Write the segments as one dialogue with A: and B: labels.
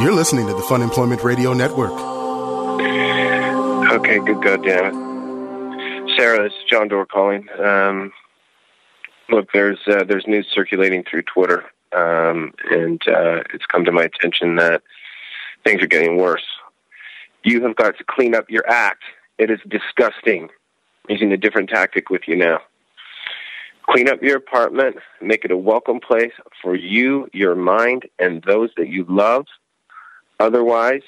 A: You're listening to the Fun Employment Radio Network.
B: Okay, good God damn it. Sarah, this is John Doerr calling. Um, look, there's uh, there's news circulating through Twitter, um, and uh, it's come to my attention that things are getting worse. You have got to clean up your act. It is disgusting. I'm using a different tactic with you now. Clean up your apartment, make it a welcome place for you, your mind, and those that you love. Otherwise,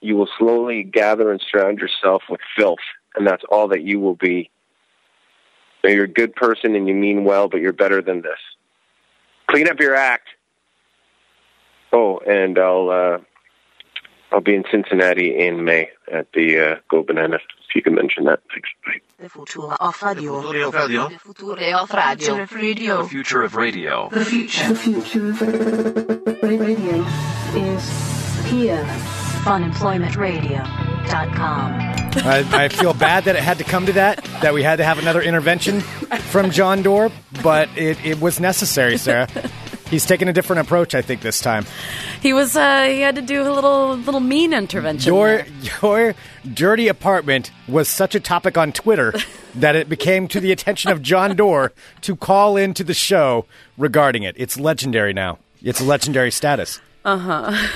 B: you will slowly gather and surround yourself with filth, and that's all that you will be. So you're a good person and you mean well, but you're better than this. Clean up your act. Oh, and I'll uh, I'll be in Cincinnati in May at the uh, Go Banana. If you can mention that, thanks. Bye.
C: The future of radio.
D: Future of radio.
C: The future of radio. The
D: The future of radio.
C: future.
E: The future of radio is here.
C: Funemploymentradio.com.
F: I, I feel bad that it had to come to that, that we had to have another intervention from John Dorp, but it, it was necessary, Sarah. He's taking a different approach, I think, this time.
G: He was. Uh, he had to do a little little mean intervention.
F: Your
G: there.
F: your dirty apartment was such a topic on Twitter that it became to the attention of John Doerr to call into the show regarding it. It's legendary now. It's legendary status.
G: Uh-huh.
F: Uh huh.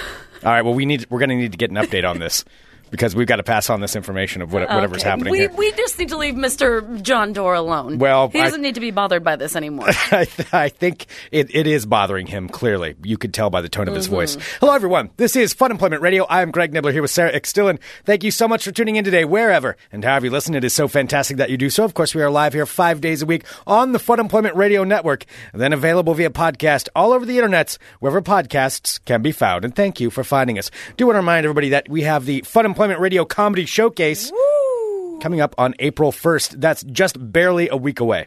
F: All right. Well, we need. We're going to need to get an update on this because we've got to pass on this information of what, whatever's
G: Okay.
F: happening
G: We
F: here.
G: we just need to leave Mr. John Doerr alone.
F: Well,
G: he
F: I-
G: doesn't need to be bothered by this anymore.
F: I, th- I think it, it is bothering him, clearly. You could tell by the tone of his voice. Hello, everyone. This is Fun Employment Radio. I'm Greg Nibbler here with Sarah Extillen. Thank you so much for tuning in today, wherever and however you listen. It is so fantastic that you do so. Of course, we are live here five days a week on the Fun Employment Radio Network, then available via podcast all over the internets, wherever podcasts can be found. And thank you for finding us. Do want to remind everybody that we have the Fun Employment Radio Comedy Showcase coming up on April 1st. That's just barely a week away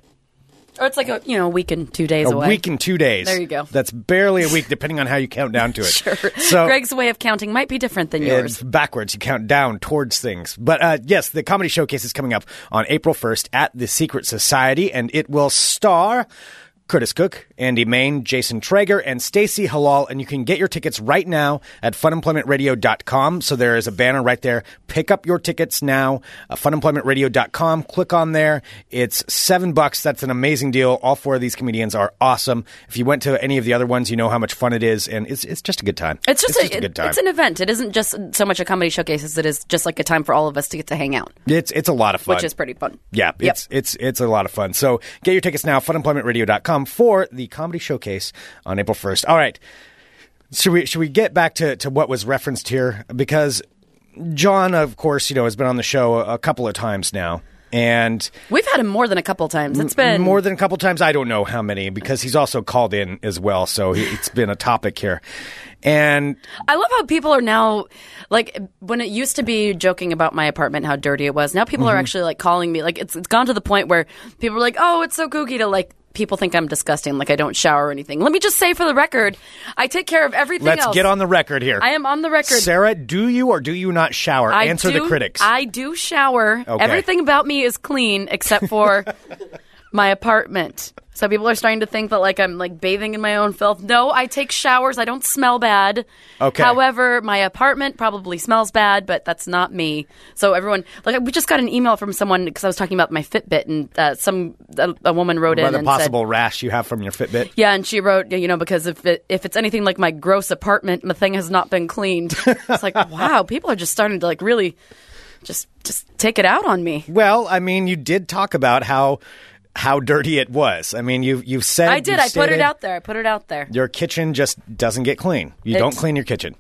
G: or it's like a you know a week and two days
F: a
G: away.
F: week and two days.
G: There you go.
F: That's barely a week, depending on how you count down to it.
G: Sure.
F: So
G: Greg's way of counting might be different than
F: it's
G: yours.
F: backwards. You count down towards things. But uh, yes, the comedy showcase is coming up on April 1st at the Secret Society, and it will star. Curtis Cook, Andy Main, Jason Traeger, and Stacy Halal. And you can get your tickets right now at funemploymentradio.com. So there is a banner right there. Pick up your tickets now. Uh, funemploymentradio.com. Click on there. It's seven bucks. That's an amazing deal. All four of these comedians are awesome. If you went to any of the other ones, you know how much fun it is. And it's, it's just a good time.
G: It's just,
F: a,
G: it-
F: good time.
G: It's an event. It isn't just so much a comedy showcase as it is just like a time for all of us to get to hang out,
F: It's it's a lot of fun.
G: which is pretty fun.
F: Yeah,
G: Yep.
F: it's it's it's a lot of fun. So get your tickets now, funemploymentradio.com for the comedy showcase on April first. All right. Should we should we get back to, to what was referenced here? Because John, of course, you know, has been on the show a, a couple of times now. And
G: We've had him more than a couple times. It's been
F: more than a couple times. I don't know how many because he's also called in as well. So he, it's been a topic here. And
G: I love how people are now like when it used to be joking about my apartment how dirty it was. Now people
F: Mm-hmm.
G: are actually like calling me like it's it's gone to the point where people are like, "Oh, it's so kooky to like people think I'm disgusting like I don't shower or anything." Let me just say for the record, I take care of everything
F: let's
G: else.
F: get on the record here.
G: I am on the record.
F: Sarah, do you or do you not shower?
G: I
F: Answer
G: do-
F: the critics.
G: I do shower.
F: Okay.
G: Everything about me is clean except for my apartment. So people are starting to think that like I'm like bathing in my own filth. No, I take showers. I don't smell bad.
F: Okay.
G: However, my apartment probably smells bad, but that's not me. So everyone, like, we just got an email from someone because I was talking about my Fitbit, and uh, some a, a woman wrote
F: by
G: in
F: the
G: and
F: possible
G: said,
F: rash you have from your Fitbit.
G: "Yeah," and she wrote, you know, because if it, if it's anything like my gross apartment, the thing has not been cleaned. it's like, wow, people are just starting to like really. Just, just take it out on me.
F: Well, I mean, you did talk about how how dirty it was. I mean, you you've said
G: I did.
F: you've
G: I put it
F: stated
G: out there. I put it out there.
F: Your kitchen just doesn't get clean. You
G: It-
F: don't clean your kitchen.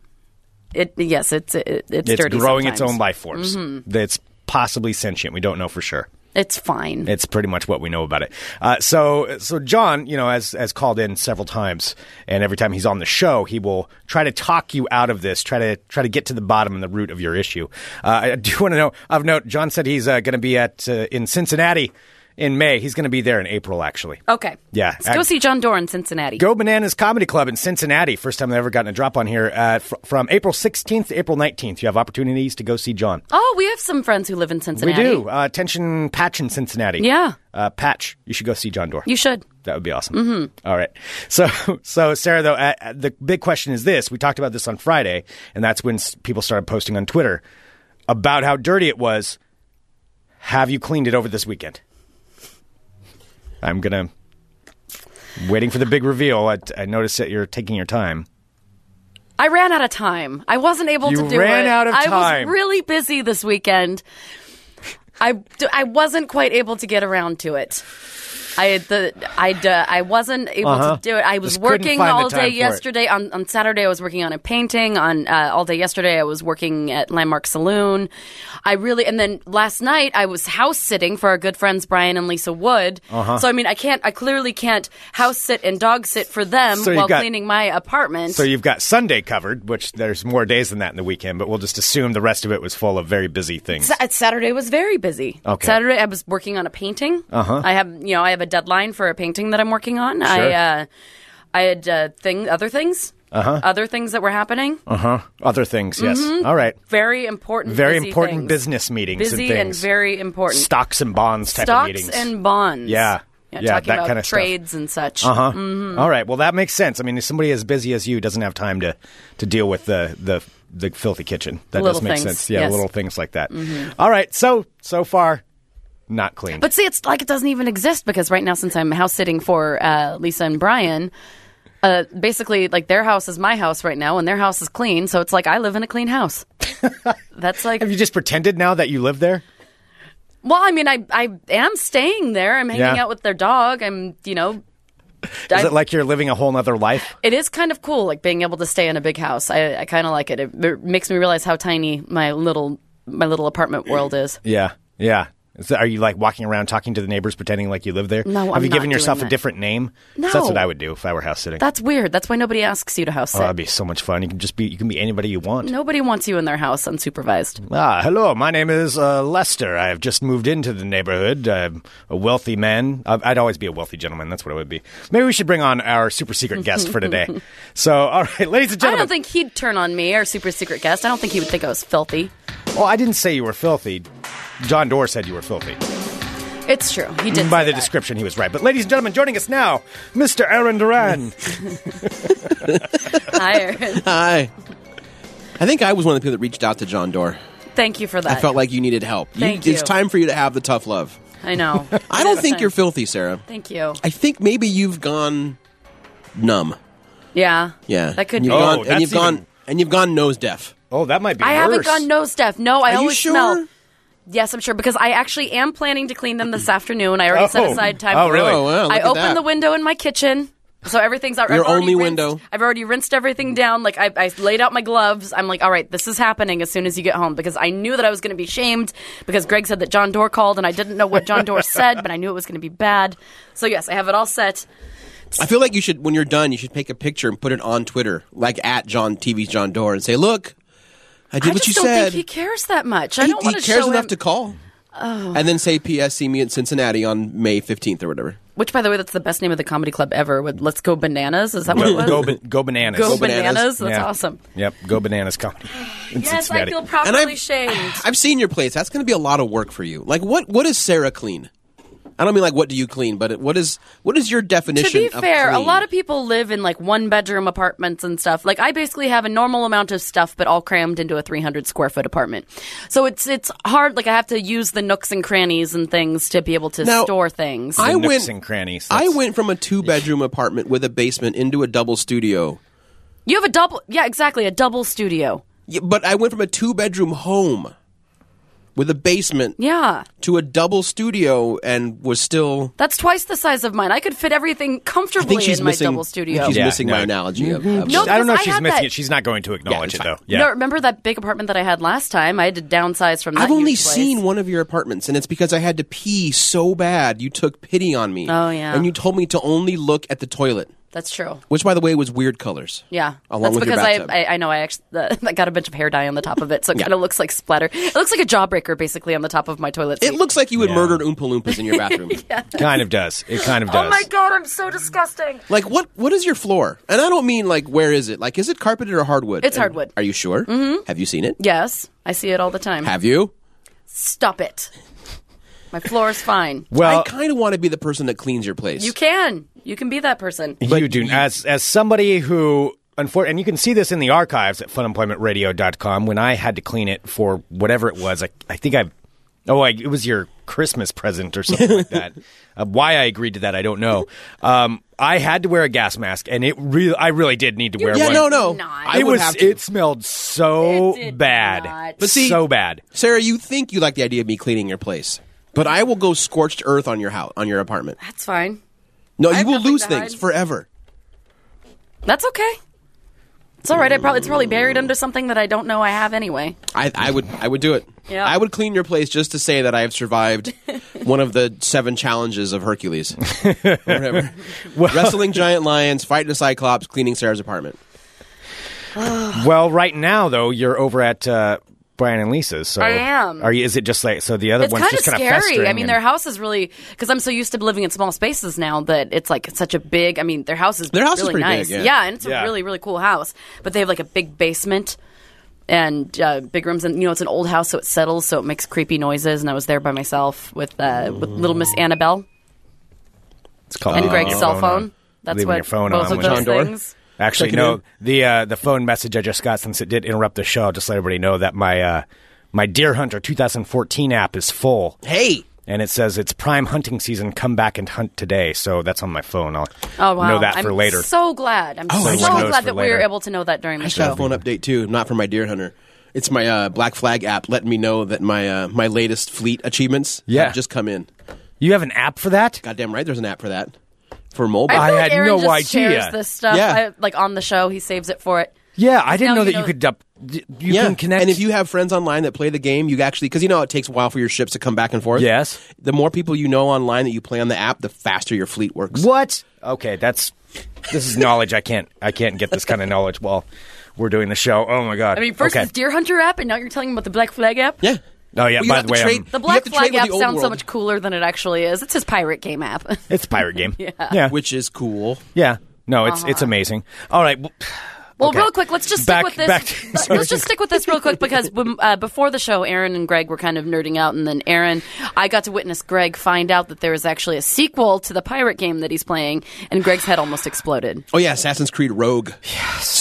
G: It, yes, it's it, it's,
F: It's
G: dirty.
F: growing its
G: sometimes.
F: own life forms. That's possibly sentient. We don't know for sure.
G: It's fine.
F: It's pretty much what we know about it. Uh, so, so John, you know, has has called in several times, and every time he's on the show, he will try to talk you out of this, try to try to get to the bottom and the root of your issue. Uh, I do want to know of note. John said he's uh, going to be at uh, in Cincinnati in May. He's going to be there in April, actually.
G: okay.
F: Yeah,
G: Let's go
F: I-
G: see John Doerr in Cincinnati.
F: Go Bananas Comedy Club in Cincinnati. First time they've ever gotten a drop on here. Uh, fr- from April 16th to April 19th, you have opportunities to go see John.
G: Oh, we have some friends who live in
F: We
G: Cincinnati.
F: do. Uh, attention, Patch in Cincinnati.
G: Yeah.
F: Uh, Patch, you should go see John Doerr.
G: You should.
F: That would be awesome. Mm-hmm. All right. So, so Sarah, though, uh, uh, the big question is this: we talked about this on Friday, and that's when s- people started posting on Twitter about how dirty it was. Have you cleaned it over this weekend? I'm gonna waiting for the big reveal. I, I noticed that you're taking your time.
G: I ran out of time. I wasn't able
F: You
G: to do
F: ran
G: it.
F: out of
G: I
F: time.
G: was really busy this weekend. I, d- I wasn't quite able to get around to it. I the I d- I wasn't able to do it. I was
F: Uh-huh. Just couldn't
G: working
F: find the
G: all
F: time
G: day
F: for it.
G: yesterday. On on Saturday, I was working on a painting. On uh, all day yesterday, I was working at Landmark Saloon. I really and then last night I was house sitting for our good friends Brian and Lisa Wood.
F: Uh-huh.
G: So I mean, I can't. I clearly can't house sit and dog sit for them
F: So you've
G: while
F: got-
G: cleaning my apartment.
F: So you've got Sunday covered, which there's more days than that in the weekend, but we'll just assume the rest of it was full of very busy things.
G: Sa- Saturday was very busy.
F: Okay.
G: Saturday I was working on a painting. Uh-huh. I have you know I have a deadline for a painting that I'm working on. I
F: Sure.
G: uh, I had uh, thing other things. Uh-huh. Other things that were happening.
F: Uh-huh. Other things, yes. All right.
G: Very important.
F: Very
G: Mm-hmm. busy
F: important
G: things.
F: business meetings
G: Busy
F: and
G: and
F: things.
G: very important.
F: Stocks and bonds type
G: Stocks
F: of meetings.
G: and bonds.
F: Yeah.
G: You know,
F: Yeah,
G: talking
F: that
G: about
F: kinda stuff. Uh-huh.
G: trades and such.
F: Huh?
G: mm-hmm.
F: All right. Well, that makes sense. I mean, if somebody as busy as you doesn't have time to, to deal with the, the the filthy kitchen, that
G: Little
F: does make
G: things,
F: sense. Yeah,
G: yes. Mm-hmm.
F: little things like that. All right. So so far, not clean.
G: But see, it's like it doesn't even exist because right now, since I'm house sitting for uh, Lisa and Brian, uh, basically, like their house is my house right now, and their house is clean. So it's like I live in a clean house. That's like,
F: have you just pretended now that you live there?
G: well, I mean, I I am staying there. I'm hanging
F: Yeah.
G: out with their dog. I'm, you know,
F: Is
G: I-
F: it like you're living a whole nother life?
G: it is kind of cool, like being able to stay in a big house. I I kind of like it. it. It makes me realize how tiny my little my little apartment world is.
F: Yeah, yeah. Is that- are you like walking around talking to the neighbors, pretending like you live there?
G: No,
F: Have
G: I'm
F: you given
G: not
F: yourself
G: doing
F: a
G: that.
F: different name? 'Cause That's
G: No.
F: what I would do if I were house sitting.
G: That's weird. That's why nobody asks you to house
F: oh,
G: sit.
F: that'd be so much fun. You can just be you can be anybody you want.
G: nobody wants you in their house unsupervised.
F: Ah, hello. My name is uh, Lester. I have just moved into the neighborhood. I'm a wealthy man. I- I'd always be a wealthy gentleman. That's what I would be. Maybe we should bring on our super secret guest for today. So, all right, ladies
G: I
F: and gentlemen.
G: don't think he'd turn on me, our super secret guest. I don't think he would think I was filthy.
F: well, Oh, I didn't say you were filthy. John Doerr said you were filthy.
G: It's true. He did.
F: By
G: say
F: the
G: that.
F: description, he was right. But, ladies and gentlemen, joining us now, Mr. Aaron Duran.
G: Hi.
H: Hi. I think I was one of the people that reached out to John Doerr.
G: Thank you for
H: I
G: that.
H: felt like you needed help.
G: Thank
H: It's
G: you.
H: time for you to have the tough love.
G: I know.
H: I don't
G: It
H: think
G: is
H: you're
G: time.
H: filthy, Sarah.
G: Thank you.
H: I think maybe you've gone numb.
G: Yeah.
H: Yeah.
G: That could
H: And
G: be.
H: you've
F: Oh,
H: gone,
F: that's
H: and you've gone
F: even-
H: and you've gone nose deaf.
F: Oh, that might be
G: I haven't
F: worse.
G: gone nose deaf. No, I
H: Are you
G: always
H: sure?
G: smell. Yes, I'm sure because I actually am planning to clean them this afternoon. I already set
F: Oh.
G: aside time.
F: Oh,
G: for
F: really?
G: it.
H: Oh, wow, look
G: I
H: at
G: opened
H: that.
G: the window in my kitchen. So everything's out.
H: Your
G: I've already
H: only
G: rinsed-
H: window.
G: I've already rinsed everything down. Like I, I laid out my gloves. I'm like, all right, this is happening as soon as you get home because I knew that I was going to be shamed because Greg said that John Doerr called and I didn't know what John Doerr said, but I knew it was going to be bad. So yes, I have it all set.
H: I feel like you should when you're done, you should take a picture and put it on Twitter, like at John TV's John Doerr and say, Look, I did
G: I
H: what
G: just
H: you
G: don't
H: said.
G: think he cares that much. I
H: He-
G: don't
H: he
G: want to
H: cares
G: show
H: enough
G: him. Oh.
H: to call. And then say PS see me at Cincinnati on May fifteenth or whatever.
G: Which, by the way, that's the best name of the comedy club ever. With Let's Go Bananas. Is that what it was?
F: Go, ba- go bananas.
G: Go,
H: Go
G: bananas.
H: Bananas.
G: That's
F: Yeah.
G: awesome.
F: Yep, go bananas comedy. in
G: Yes, I
F: Cincinnati.
G: feel properly
H: And I've-
G: shamed.
H: I've seen your place. That's going to be a lot of work for you. Like, what what is Sarah clean? I don't mean like what do you clean, but what is what is your definition?
G: To be
H: of
G: fair, a
H: clean?
G: lot of people live in like one bedroom apartments and stuff. Like I basically have a normal amount of stuff, but all crammed into a 300 square foot apartment. So it's it's hard. Like I have to use the nooks and crannies and things to be able to
H: Now,
G: store things.
H: I
F: nooks
H: went
F: and crannies.
H: I
F: That's-
H: went from a two bedroom apartment with a basement into a double studio.
G: you have a double, yeah, exactly, a double studio.
H: Yeah, but I went from a two bedroom home with a basement
G: Yeah,
H: to a double studio and was still.
G: that's twice the size of mine. I could fit everything
H: I
G: comfortably
H: think she's
G: in my
H: missing.
G: double
H: I
G: studio.
H: think she's
F: Yeah,
H: missing
F: no.
H: my analogy. Of, of-
G: No,
F: I don't know
G: because
F: if
G: I
F: she's
G: have
F: missing
G: that-
F: it. She's not going to acknowledge
H: it's
F: it
H: fine.
F: though. Yeah.
G: No, remember that big apartment that I had last time? I had to downsize from. That
H: I've only
G: huge place.
H: seen one of your apartments, and it's because I had to pee so bad. You took pity on me.
G: Oh, yeah.
H: And you told me to only look at the toilet,
G: That's true.
H: which, by the way, was weird colors.
G: Yeah,
H: Along
G: that's
H: with your
G: because I,
H: bathtub.
G: I I know I actually I got a bunch of hair dye on the top of it, so it kind of looks like splatter. It looks like a jawbreaker basically on the top of my toilet seat.
H: It looks like you had murdered Oompa Loompas in your bathroom.
F: kind of does. It kind of does.
G: oh my god, I'm so disgusting.
H: Like, what? What is your floor? And I don't mean like where is it? Like, is it carpeted or hardwood?
G: It's
H: And
G: hardwood.
H: Are you sure? Mm-hmm. Have you seen it?
G: Yes, I see it all the time.
H: Have you?
G: Stop it. My floor is fine.
F: Well,
H: I kind of want to be the person that cleans your place.
G: You can. You can be that person.
F: you do as as somebody who unfor- and you can see this in the archives at funemploymentradio.com when i had to clean it for whatever it was i, I think i oh I, it was your christmas present or something like that uh, why i agreed to that i don't know um, i had to wear a gas mask and it really i really did need to wear
H: Yeah,
F: one
H: no, no.
G: Not.
H: I
F: it
H: would
F: was
H: have to.
F: it smelled so
G: It did
F: bad
G: not.
H: But see-
F: so bad
H: Sarah, you think you like the idea of me cleaning your place, but I will go scorched earth on your house, on your apartment.
G: That's fine.
H: No,
G: have
H: you will
G: nothing
H: lose
G: to
H: things
G: hide.
H: forever.
G: That's okay. It's all right. I probably it's probably buried under something that I don't know I have anyway.
H: I, I would, I would do it.
G: Yeah.
H: I would clean your place just to say that I have survived one of the seven challenges of Hercules. Or Whatever. Wrestling giant lions, fighting a cyclops, cleaning Sarah's apartment.
F: well right now though you're over at uh, Brian and Lisa's. So
G: I am.
F: Are you? Is it just like so? The other
G: it's
F: one's
G: kind of
F: just kind of
G: scary. I mean,
F: and,
G: their house is really because I'm so used to living in small spaces now that it's like such a big. I mean, their house is
H: Their house is
G: really
H: pretty
G: nice.
H: big, yeah.
G: and it's
F: Yeah.
G: a really really cool house. But they have like a big basement and uh, big rooms, and you know it's an old house, so it settles, so it makes creepy noises. And I was there by myself with uh, with little Miss Annabelle
F: it's called
G: and
F: leaving
G: Greg's
F: your
G: cell phone.
F: on.
G: That's
F: Oh. Leaving
G: what
F: your phone
G: both
F: on
G: of
F: when-
G: those
H: John Doerr?
G: things.
F: Actually,
H: Check it
F: no.
H: in.
F: The uh, the phone message I just got, since it did interrupt the show, I'll just let everybody know that my uh, my Deer Hunter 2014 app is full,
H: Hey,
F: and it says it's prime hunting season. Come back and hunt today. So that's on my phone. I'll
G: Oh wow!
F: know that for
G: I'm
F: later. Oh,
G: So glad. I'm
H: I
G: so,
H: just got-
F: knows
G: glad
F: for
G: that we were
F: later.
G: able to know that during the
H: I should have a
G: show.
H: phone update too. Not for my deer hunter. It's my uh, Black Flag app letting me know that my uh, my latest fleet achievements
F: Yeah.
H: have just come in.
F: you have an app for that?
H: Goddamn right, there's an app for that for mobile.
G: I,
F: I
G: feel like
F: had
G: Aaron
F: no
G: just
F: idea.
G: Shares this stuff,
H: Yeah.
G: I- like on the show, he saves it for it.
F: Yeah, I didn't
G: Now
F: know
G: you
F: that you
G: know-
F: could. Dup- d- you can connect.
H: And if you have friends online that play the game, you actually because you know it takes a while for your ships to come back and forth.
F: Yes.
H: The more people you know online that you play on the app, the faster your fleet works.
F: what? Okay, that's this is knowledge. I can't I can't get this kind of knowledge while we're doing the show. Oh my god!
G: I mean, first
F: okay.
G: it's Deer Hunter app, and now you're telling me about the Black Flag app.
H: Yeah.
F: Oh, yeah,
H: Well, you
F: by
H: have
F: the
H: to
F: way,
H: trade-
F: I'm-
G: The
H: you have
G: Black
H: to trade
G: Flag
H: with
G: app
H: the old
G: sounds so
H: world,
G: much cooler than it actually is. It's his pirate game app.
F: it's pirate game. yeah,
H: which is cool.
F: yeah. No, it's
G: Uh-huh.
F: it's amazing. All right. well-
G: well,
F: Okay.
G: real quick, let's just stick
F: Back-
G: with this.
F: back to-
G: Let's-
F: sorry.
G: let's just stick with this real quick because when, uh, before the show, Aaron and Greg were kind of nerding out, and then Aaron, I got to witness Greg find out that there is actually a sequel to the pirate game that he's playing, and Greg's head almost exploded.
H: Oh yeah, Assassin's Creed Rogue.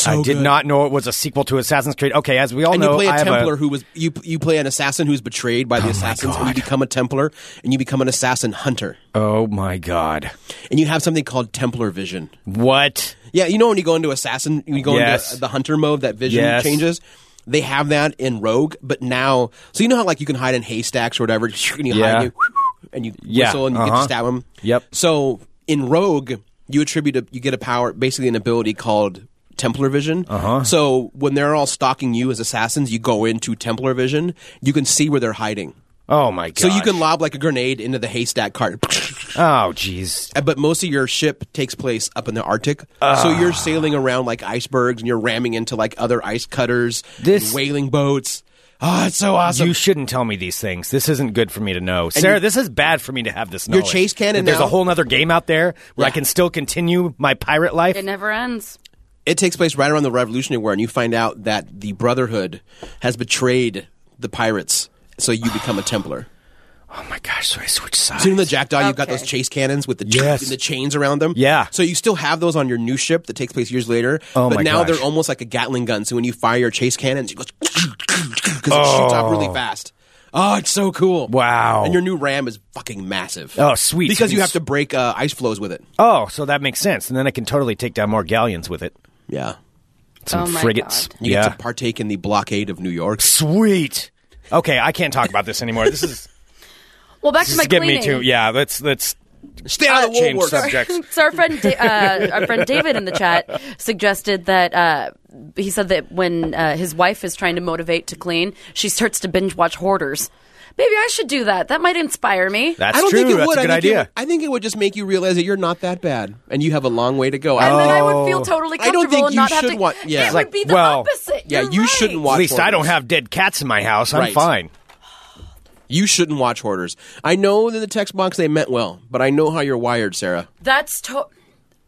F: I did not know it was a sequel to Assassin's Creed. Okay, as we all
H: Oh, And
F: know,
H: you play a Oh
F: I have
H: Templar who was you you play an assassin who's betrayed by the assassins, and you become a Templar, and you become an assassin hunter,
F: Oh my god!
H: and you have something called Templar vision.
F: What?
H: Yeah, you know when you go into assassin, when you go
F: Yes.
H: into the hunter mode, that vision
F: Yes.
H: changes. They have that in Rogue, but now, so you know how like you can hide in haystacks or whatever, and you
F: Yeah.
H: hide, and you, and you
F: Yeah,
H: whistle and you get
F: uh-huh.
H: to stab them.
F: Yep.
H: So in Rogue, you attribute a, you get a power, basically an ability called Templar Vision. Uh-huh. So when they're all stalking you as assassins, you go into Templar Vision. You can see where they're hiding,
F: Oh my god!
H: so you can lob like a grenade into the haystack cart.
F: Oh jeez.
H: Uh, but most of your ship takes place up in the Arctic. so you're sailing around like icebergs and you're ramming into like other ice cutters,
F: This-
H: and whaling boats. Oh, it's so awesome.
F: You shouldn't tell me these things. This isn't good for me to know, Sarah.
H: you-
F: This is bad for me to have this.
H: Your
F: knowledge.
H: chase cannon
F: That There's a
H: now?
F: whole other game out there where I can still continue my pirate life.
G: It never ends.
H: it takes place right around the Revolutionary War, and you find out that the Brotherhood has betrayed the pirates. So you become a Templar.
F: Oh my gosh! So I switched sides.
H: So in the Jackdaw, you've got
G: Okay.
H: those chase cannons with the
F: Yes.
H: and the chains around them.
F: Yeah.
H: So you still have those on your new ship that takes place years later.
F: Oh
H: but
F: my
H: now
F: gosh.
H: they're almost like a Gatling gun. So when you fire your chase cannons, it goes because it shoots off really fast. Oh, it's so cool!
F: Wow.
H: And your new ram is fucking massive.
F: Oh, sweet.
H: Because
F: You
H: you
F: can
H: have to break uh, ice flows with it.
F: oh, so that makes sense, and then I can totally take down more galleons with it.
H: Yeah.
F: Some
G: Oh my
F: frigates.
G: God.
H: You
F: yeah.
H: get to partake in the blockade of New York.
F: sweet. Okay, I can't talk about this anymore. This is
G: Well, back
F: this
G: to
F: is
G: my
F: getting me
G: cleaning.
F: too. Yeah. Let's let's
H: Stay out of the
F: change
H: woodwork.
F: subjects.
G: So our friend, da- uh, our friend David in the chat suggested that uh, he said that when uh, his wife is trying to motivate to clean, she starts to binge watch Hoarders. Maybe I should do that. That might inspire me.
F: That's
H: I don't
F: true.
H: think it
F: That's
H: would.
F: a good
H: I think it
F: idea.
H: would- I think it would just make you realize that you're not that bad, and you have a long way to go.
G: and then I
F: Oh.
G: would feel totally
H: I
G: comfortable
H: don't think
G: and
H: you
G: not have
H: should
G: to.
H: want- yeah.
G: it
H: It's
F: like,
G: would be the
F: well,
G: opposite.
H: yeah,
G: You're
H: you
G: right.
H: shouldn't watch.
F: At least I
H: Hoarders.
F: don't have dead cats in my house. I'm
H: Right.
F: fine.
H: You shouldn't watch hoarders. I know that the text box they meant well, but I know how you're wired, Sarah.
G: That's to-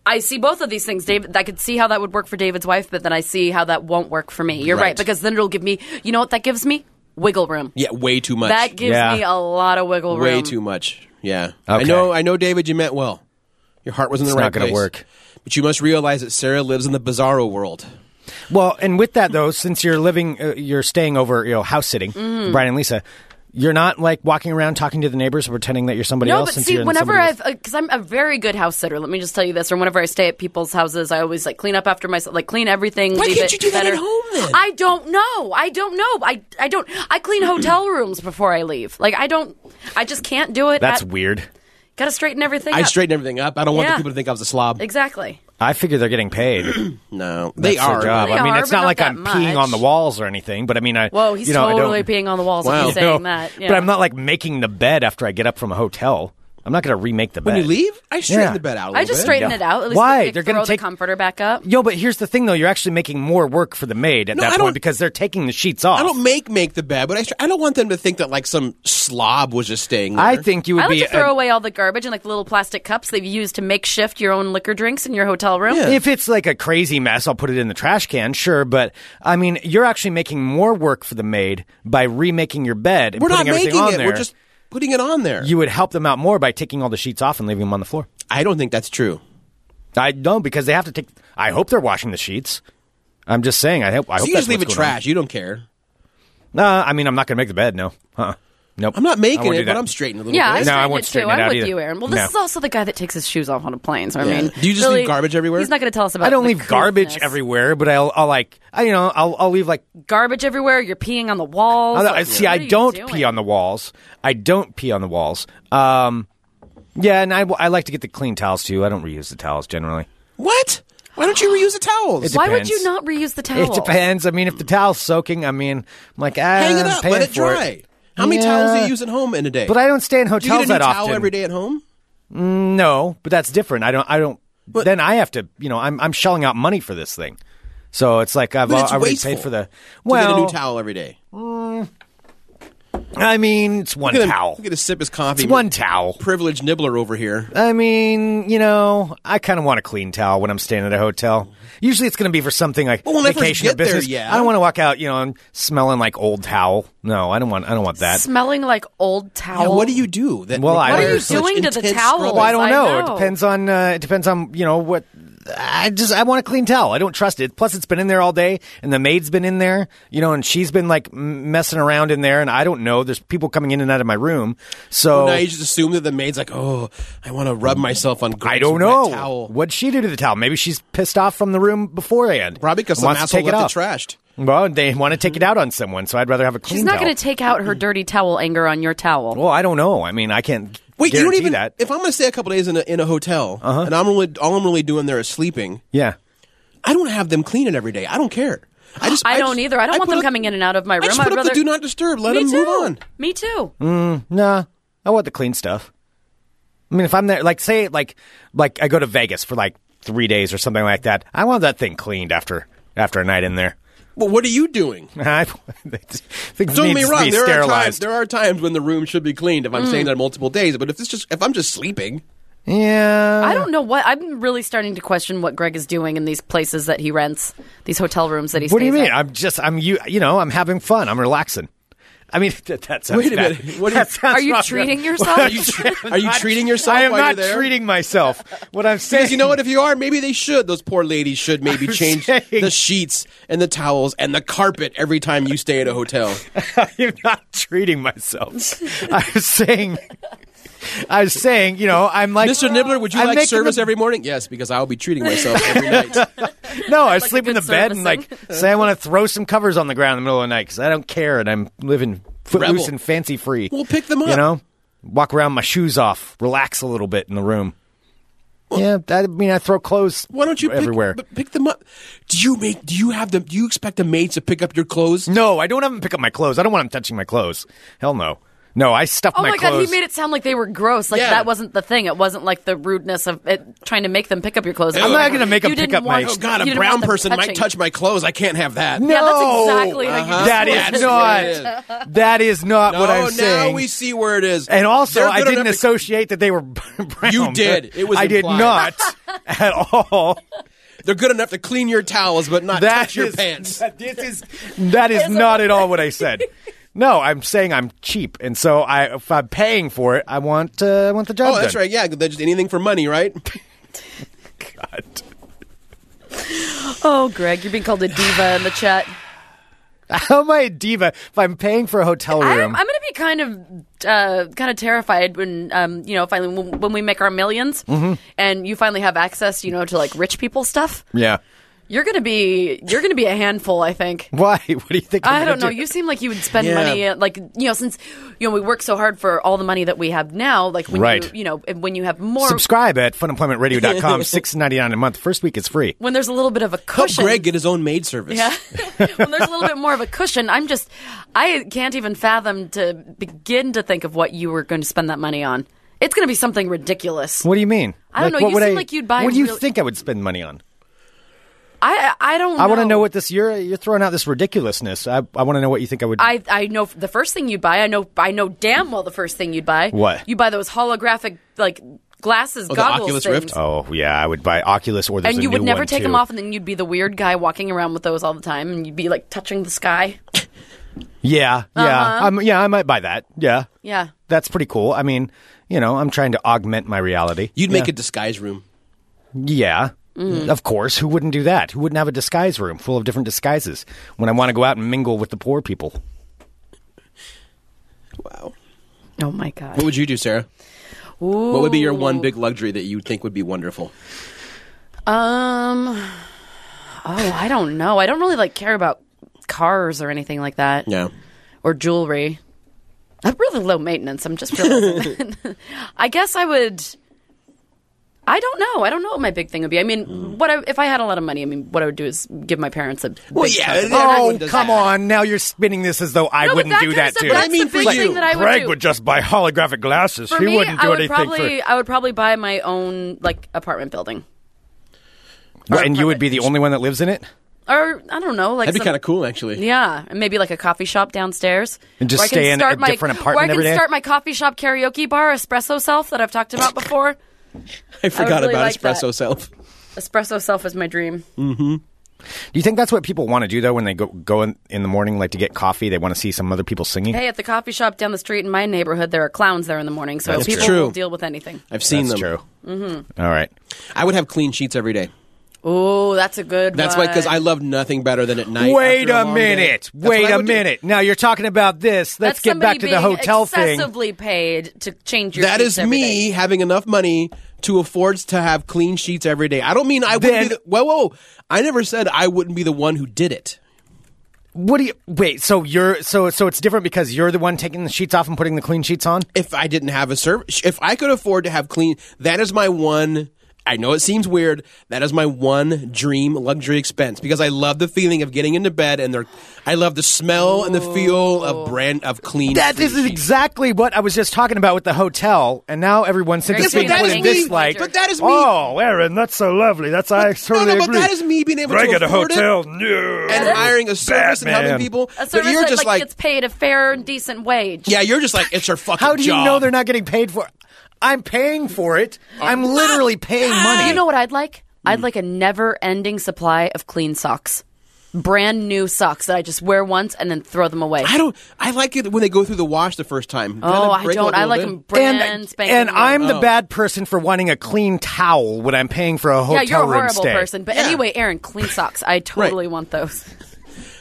G: I see both of these things, David. I could see how that would work for David's wife, but then I see how that won't work for me. You're right,
H: Right.
G: because then it'll give me. You know what that gives me? Wiggle room.
H: Yeah, way too much.
G: That gives
F: Yeah.
G: me a lot of wiggle room.
H: way too much. Yeah. I
F: Okay.
H: know I know David you meant well. Your heart was in the
F: It's
H: right
F: not gonna
H: place.
F: work.
H: But you must realize that Sarah lives in the bizarro world.
F: Well, and with that though, since you're living, uh, you're staying over, you know, house sitting,
G: Mm.
F: Brian and Lisa. You're not like walking around talking to the neighbors or pretending that you're somebody
G: No,
F: else.
G: but
F: since
G: see,
F: you're in
G: whenever
F: somebody
G: I've, because I'm a very good house sitter. Let me just tell you this. Or whenever I stay at people's houses, I always like clean up after myself, like clean everything.
H: Why
G: leave
H: can't
G: it
H: you do that
G: better.
H: at home, then?
G: I don't know. I don't know. I, I don't. I clean hotel rooms before I leave. Like I don't. I just can't do it.
F: that's
G: I,
F: weird.
G: Gotta straighten everything.
H: I
G: up.
H: straighten everything up. I don't want the
G: Yeah.
H: people to think I was a slob.
G: Exactly.
F: I figure they're getting paid.
H: No, they
F: That's their
H: are.
F: job.
G: They
F: I mean,
G: are,
F: it's
G: but
F: not
G: not
F: like
G: that
F: I'm peeing
G: much.
F: on the walls or anything, but I mean, I.
G: Whoa, he's
F: you know, I don't-
G: totally peeing on the walls.
H: Wow.
G: Wow.
F: you
G: He's saying
F: know,
G: that. Yeah.
F: But I'm not like making the bed after I get up from a hotel. I'm not going to remake the bed.
H: When you leave, I straighten
F: Yeah.
H: the bed out. A
G: I just
H: straighten.
G: straighten
F: Yeah.
G: it out. At least
F: Why?
G: like,
F: They're
G: throw
F: gonna take-
G: the comforter back up.
F: Yo, but here's the thing, though. You're actually making more work for the maid at
H: No,
F: that
H: I
F: point
H: don't-
F: because they're taking the sheets off.
H: I don't make make the bed, but I, str- I don't want them to think that like some slob was just staying. There.
F: I think you would
G: I like
F: be.
G: to throw
F: a-
G: away all the garbage and like the little plastic cups they've used to makeshift your own liquor drinks in your hotel room.
H: Yeah.
F: if it's like a crazy mess, I'll put it in the trash can, sure. But I mean, you're actually making more work for the maid by remaking your bed and
H: we're
F: putting
H: not
F: everything
H: making
F: on
H: it.
F: there.
H: We're just putting it on there.
F: You would help them out more by taking all the sheets off and leaving them on the floor.
H: I don't think that's true.
F: I don't because they have to take. I hope they're washing the sheets. I'm just saying. I hope. I
H: So
F: hope
H: you just
F: that's
H: leave it
F: what's going on.
H: trash. You don't care.
F: Nah, I mean, I'm not going to make the bed. No. Uh-uh. Nope.
H: I'm not
F: I
H: making
F: won't do
H: it, but
F: that.
H: I'm straightening a little
G: Yeah, I
H: bit.
F: No, I
G: straighten it
F: won't
G: too.
F: straighten it
G: I'm
F: out
G: with
F: either.
G: you, Aaron. Well, this
F: No.
G: is also the guy that takes his shoes off on a plane. So I
H: Yeah.
G: mean,
H: Do you just leave
G: really,
H: garbage everywhere?
G: He's not going to tell us about.
F: I don't
G: the
F: leave garbage
G: coolness.
F: everywhere, but I'll, I'll like, I, you know, I'll, I'll leave like.
G: Garbage everywhere. You're peeing on the walls.
F: I don't-
G: Like,
F: see,
G: what
F: I
G: are you
F: don't
G: doing?
F: pee on the walls. I don't pee on the walls. Um, yeah, and I, I like to get the clean towels too. I don't reuse the towels generally.
H: What? Why don't you reuse the towels?
F: It
G: Why would
F: depends.
G: you not reuse the towel?
F: It depends. I mean, if the towel's soaking, I mean, I'm like, ah,
H: Hang it
F: I'm
H: up.
F: paying
H: Let it
F: for
H: dry. How many
F: Yeah.
H: towels do you use at home in a day?
F: But I don't stay in
H: do you get
F: hotels
H: a new
F: that
H: towel
F: often.
H: every day at home.
F: No, but that's different. I don't. I don't. then I have to. You know, I'm I'm shelling out money for this thing, so it's like I've
H: But it's
F: al- already
H: wasteful
F: paid for the.
H: To
F: Well,
H: get a new towel every day.
F: I mean, it's one
H: Look at him.
F: towel.
H: Look at his sip his coffee.
F: It's one towel.
H: privileged nibbler over here.
F: I mean, you know, I kind of want a clean towel when I'm staying at a hotel. Usually, it's going to be for something like
H: Well, when I first
F: vacation or
H: get there,
F: business.
H: yeah.
F: I don't want to walk out, you know, and smelling like old towel. No, I don't want. I don't want that.
G: Smelling like old towel.
H: Yeah, what do you do? That
F: Well, I- What are you
H: requires such
G: doing to the
H: intense
G: towel?
H: scrubbing?
F: Well, I don't
G: I
F: know.
G: know.
F: It depends on. Uh, it depends on you know what. I just I want a clean towel. I don't trust it. Plus, it's been in there all day, and the maid's been in there, you know, and she's been like m- messing around in there, and I don't know. There's people coming in and out of my room, so
H: Now you just assume that the maid's like, oh, I want to rub myself on.
F: I
H: Greg's
F: don't
H: wet
F: know
H: Towel.
F: what'd she do to the towel. Maybe she's pissed off from the room beforehand.
H: Probably because
F: and
H: some
F: wants to
H: asshole
F: take it
H: left
F: off.
H: it trashed.
F: Well, they want to take it out on someone, so I'd rather have a clean.
G: She's not
F: towel.
G: going to take out her dirty towel anger on your towel.
F: Well, I don't know. I mean, I can't.
H: Wait, you don't
F: guarantee
H: even.
F: that. Uh-huh.
H: If I'm going to stay a couple days in a, in a hotel, and I'm really, all I'm really doing there is sleeping,
F: yeah.
H: I don't have them clean it every day. I don't care. I just.
G: I, don't
H: just-
G: either. I don't want
H: put
G: them
H: up-
G: coming in and out of my room.
H: I just
G: I'd
H: put up
G: rather
H: the do not disturb. Let
G: Me
H: them
G: too.
H: move on.
G: Me too.
F: Mm. Nah, I want the clean stuff. I mean, if I'm there, like say, like like I go to Vegas for like three days or something like that, I want that thing cleaned after after a night in there.
H: Well, what are you doing?
F: I think
H: Don't get me wrong.
F: Be
H: There are times.
F: sterilized.
H: There are times when the room should be cleaned if I'm
G: Mm.
H: staying there multiple days. But if it's just if I'm just sleeping,
F: yeah,
G: I don't know what I'm really starting to question what Greg is doing in these places that he rents, these hotel rooms that he.
F: What do you
G: stays
F: mean?
G: at.
F: I'm just I'm you you know I'm having fun. I'm relaxing. I mean that, that sounds
H: Wait a
F: bad.
H: minute. What do you-
F: That sounds
G: Are you
F: wrong.
G: treating yourself?
H: are you, are you treating yourself?
F: I am
H: while
F: not
H: you're there?
F: treating myself. What I'm saying,
H: Because you know what? If you are, maybe they should. Those poor ladies should maybe
F: I'm
H: change
F: saying-
H: the sheets and the towels and the carpet every time you stay at a hotel.
F: I'm not treating myself. I'm saying, I'm saying, you know, I'm like
H: Mr. Nibbler, would you
F: I'm
H: like
F: making
H: service
F: the-
H: every morning? Yes, because I'll be treating myself every night.
F: No, I sleep in
G: good
F: the bed and like say I want to throw some covers on the ground in the middle of the night because I don't care and I'm living footloose
H: Rebel.
F: and fancy free.
H: Well, pick them up.
F: You know, walk around my shoes off, relax a little bit in the room. yeah, that- I mean, I throw clothes.
H: Why don't you pick,
F: everywhere?
H: but pick them up? Do you make? Do you have them? Do you expect the maids to pick up your clothes?
F: no, I don't have them pick up my clothes. I don't want them touching my clothes. Hell no. No, I stuff
G: Oh
F: my,
G: my, god, he
F: clothes.
G: made it sound like they were gross. Like
H: Yeah.
G: that wasn't the thing. It wasn't like the rudeness of it, trying to make them pick up your clothes.
F: I'm not gonna make 'em
G: You
F: pick
G: didn't
F: up my-
G: want-
H: Oh God,
G: you
H: a
G: didn't
H: brown
G: want them
H: person might
G: touching.
H: touch my clothes. I can't have that.
F: No,
G: Yeah, that's exactly how you
H: Uh-huh.
G: just
F: that
H: That's
F: is
H: what
F: not.
H: it
F: That is not
H: No,
F: what I'm
H: Oh, now
F: saying.
H: we see where it is.
F: And also,
H: They're
F: I
H: good
F: didn't
H: enough to-
F: associate that they were brown.
H: You did. It was
F: I did
H: implied.
F: not at all.
H: They're good enough to clean your towels, but not
F: That
H: touch your
F: is-
H: pants.
F: that- this is that is not at all what I said. No, I'm saying I'm cheap, and so I if I'm paying for it, I want uh, I want the job.
H: Oh, that's
F: done.
H: right. Yeah, that's just anything for money, right?
F: God.
G: Oh, Greg, you're being called a diva in the chat.
F: How am I a diva if I'm paying for a hotel
G: I'm,
F: room?
G: I'm going to be kind of uh, kind of terrified when um, you know finally when, when we make our 1000000s
F: Mm-hmm.
G: and you finally have access, you know, to like rich people stuff.
F: yeah.
G: You're going to be you're going to be a handful, I think.
F: Why? What do you think? I'm
G: I don't
F: gonna
G: know.
F: do?
G: You seem like you would spend
H: Yeah.
G: money, uh, like you know, since you know we work so hard for all the money that we have now. Like when
F: Right.
G: you, you know, and when you have more,
F: subscribe at funemploymentradio.com. Six ninety nine a month. First week is free.
G: when there's a little bit of a
H: Help
G: cushion,
H: Greg get his own maid service.
G: Yeah. when there's a little bit more of a cushion, I'm just, I can't even fathom to begin to think of what you were going to spend that money on. It's going to be something ridiculous.
F: What do you mean?
G: I don't know.
F: What
G: You
F: would
G: seem
F: I-
G: like you'd buy
F: What do you
G: really-
F: think I would spend money on?
G: I, I don't.
F: I want to know what this. You're you're throwing out this ridiculousness. I I want to know what you think I would.
G: I, I know the first thing you'd buy. I know I know damn well the first thing you'd buy.
F: What?
G: you buy those holographic like glasses,
H: Oh, the
G: goggles,
H: Oculus
G: things.
H: Rift?
F: oh yeah, I would buy Oculus or there's
G: and
F: a
G: you would
F: new
G: never
F: one,
G: take
F: too.
G: them off, and then you'd be the weird guy walking around with those all the time, and you'd be like touching the sky.
F: Yeah, yeah,
G: Uh-huh.
F: I'm, yeah. I might buy that. Yeah,
G: Yeah,
F: that's pretty cool. I mean, you know, I'm trying to augment my reality.
H: You'd make a disguise room.
F: Yeah.
G: Mm.
F: Of course, who wouldn't do that? Who wouldn't have a disguise room full of different disguises when I want to go out and mingle with the poor people?
H: Wow.
G: oh my god.
H: What would you do, Sarah? What would be your one big luxury that you think would be wonderful?
G: Um. Oh, I don't know. I don't really like care about cars or anything like that,
H: Yeah.
G: or jewelry. I'm really low maintenance. I'm just. Realizing. that. I guess I would. I don't know. I don't know what my big thing would be. I mean,
F: Mm.
G: what I, if I had a lot of money? I mean, what I would do is give my parents a.
H: Well, yeah.
F: Oh, come on. Now you're spinning this as though I
G: No, but
F: wouldn't
G: that
F: do
G: kind of
F: that,
G: stuff-
F: too.
G: that's
H: I mean,
G: the
H: for
G: big
H: you.
G: thing that I would
F: Greg
G: do.
F: would just buy holographic glasses.
G: for
F: he
G: me,
F: wouldn't do
G: I would
F: anything
G: probably,
F: for
G: I would probably buy my own like apartment building,
F: Well, And you would be the only one that lives in it?
G: or I don't know, like
H: That'd be
G: some-
H: kind of cool, actually.
G: Yeah, and maybe like a coffee shop downstairs.
F: And just
G: Where I can
F: stay in a
G: start my,
F: different apartment
G: Where I can
F: every day?
G: start my coffee shop karaoke bar, espresso self that I've talked about before.
H: I forgot
G: really
H: about
G: like
H: espresso
G: that.
H: self.
G: Espresso self is my dream.
F: Mm. Do you think that's what people want to do, though, when they go, go in, in the morning, like to get coffee? They want to see some other people singing?
G: Hey, at the coffee shop down the street in my neighborhood, there are clowns there in the morning, so
H: That's
G: people
H: true.
G: will deal with anything.
H: I've seen
F: That's
H: them.
F: true. Mm-hmm. right.
H: I would have clean sheets every day.
G: Oh, that's a good.
H: That's why,
G: one.
H: because I love nothing better than at night.
F: Wait
H: after
F: a
H: long day.
F: minute.
H: That's
F: Wait
H: what I
F: a
H: would do.
F: minute. Now you're talking about this. Let's
G: That's
F: get back
G: somebody
F: to the
G: being
F: hotel thing.
G: excessively paid to change your.
H: That
G: sheets
H: is
G: every day.
H: me having enough money to afford to have clean sheets every day. I don't mean I wouldn't
F: Then-
H: be the, whoa, whoa. I never said I wouldn't be the one who did it.
F: What do you wait? So you're so so it's different because you're the one taking the sheets off and putting the clean sheets on.
H: If I didn't have a service, if I could afford to have clean, that is my one. I know it seems weird. That is my one dream luxury expense because I love the feeling of getting into bed and they're, I love the smell and the feel of brand of clean.
F: That
H: clean
F: is
H: sheets.
F: exactly what I was just talking about with the hotel, and now everyone since
G: Yes,
F: it's
G: but
F: being
G: that
F: put
G: is
F: in
G: me.
F: this like.
H: But that is me.
F: Oh, Aaron, that's so lovely. That's I
H: no,
F: totally
H: no, but
F: agree.
H: that is me being able
F: Greg
H: to
F: at a
H: afford it.
F: hotel, no,
H: and hiring a service and helping people.
G: A
H: but
G: service
H: you're
G: that,
H: just
G: like
H: like,
G: gets paid a fair and decent wage.
H: yeah, you're just like, it's your fucking
F: How do you
H: job.
F: know they're not getting paid for? I'm paying for it.
H: Uh,
F: I'm literally paying
H: Ah,
F: money.
G: You know what I'd like?
H: Mm.
G: I'd like a never-ending supply of clean socks, brand new socks that I just wear once and then throw them away.
H: I don't. I like it when they go through the wash the first time.
G: oh,
H: Kinda
G: I
H: break it
G: don't.
H: a
G: I
H: little
G: like
H: bit.
G: them brand
F: and,
G: spanking Oh.
F: and
G: new.
F: I'm the bad person for wanting a clean towel when I'm paying for a hotel
G: yeah, you're a
F: room
G: horrible
F: stay.
G: person. But anyway, Aaron, clean socks. I totally want those.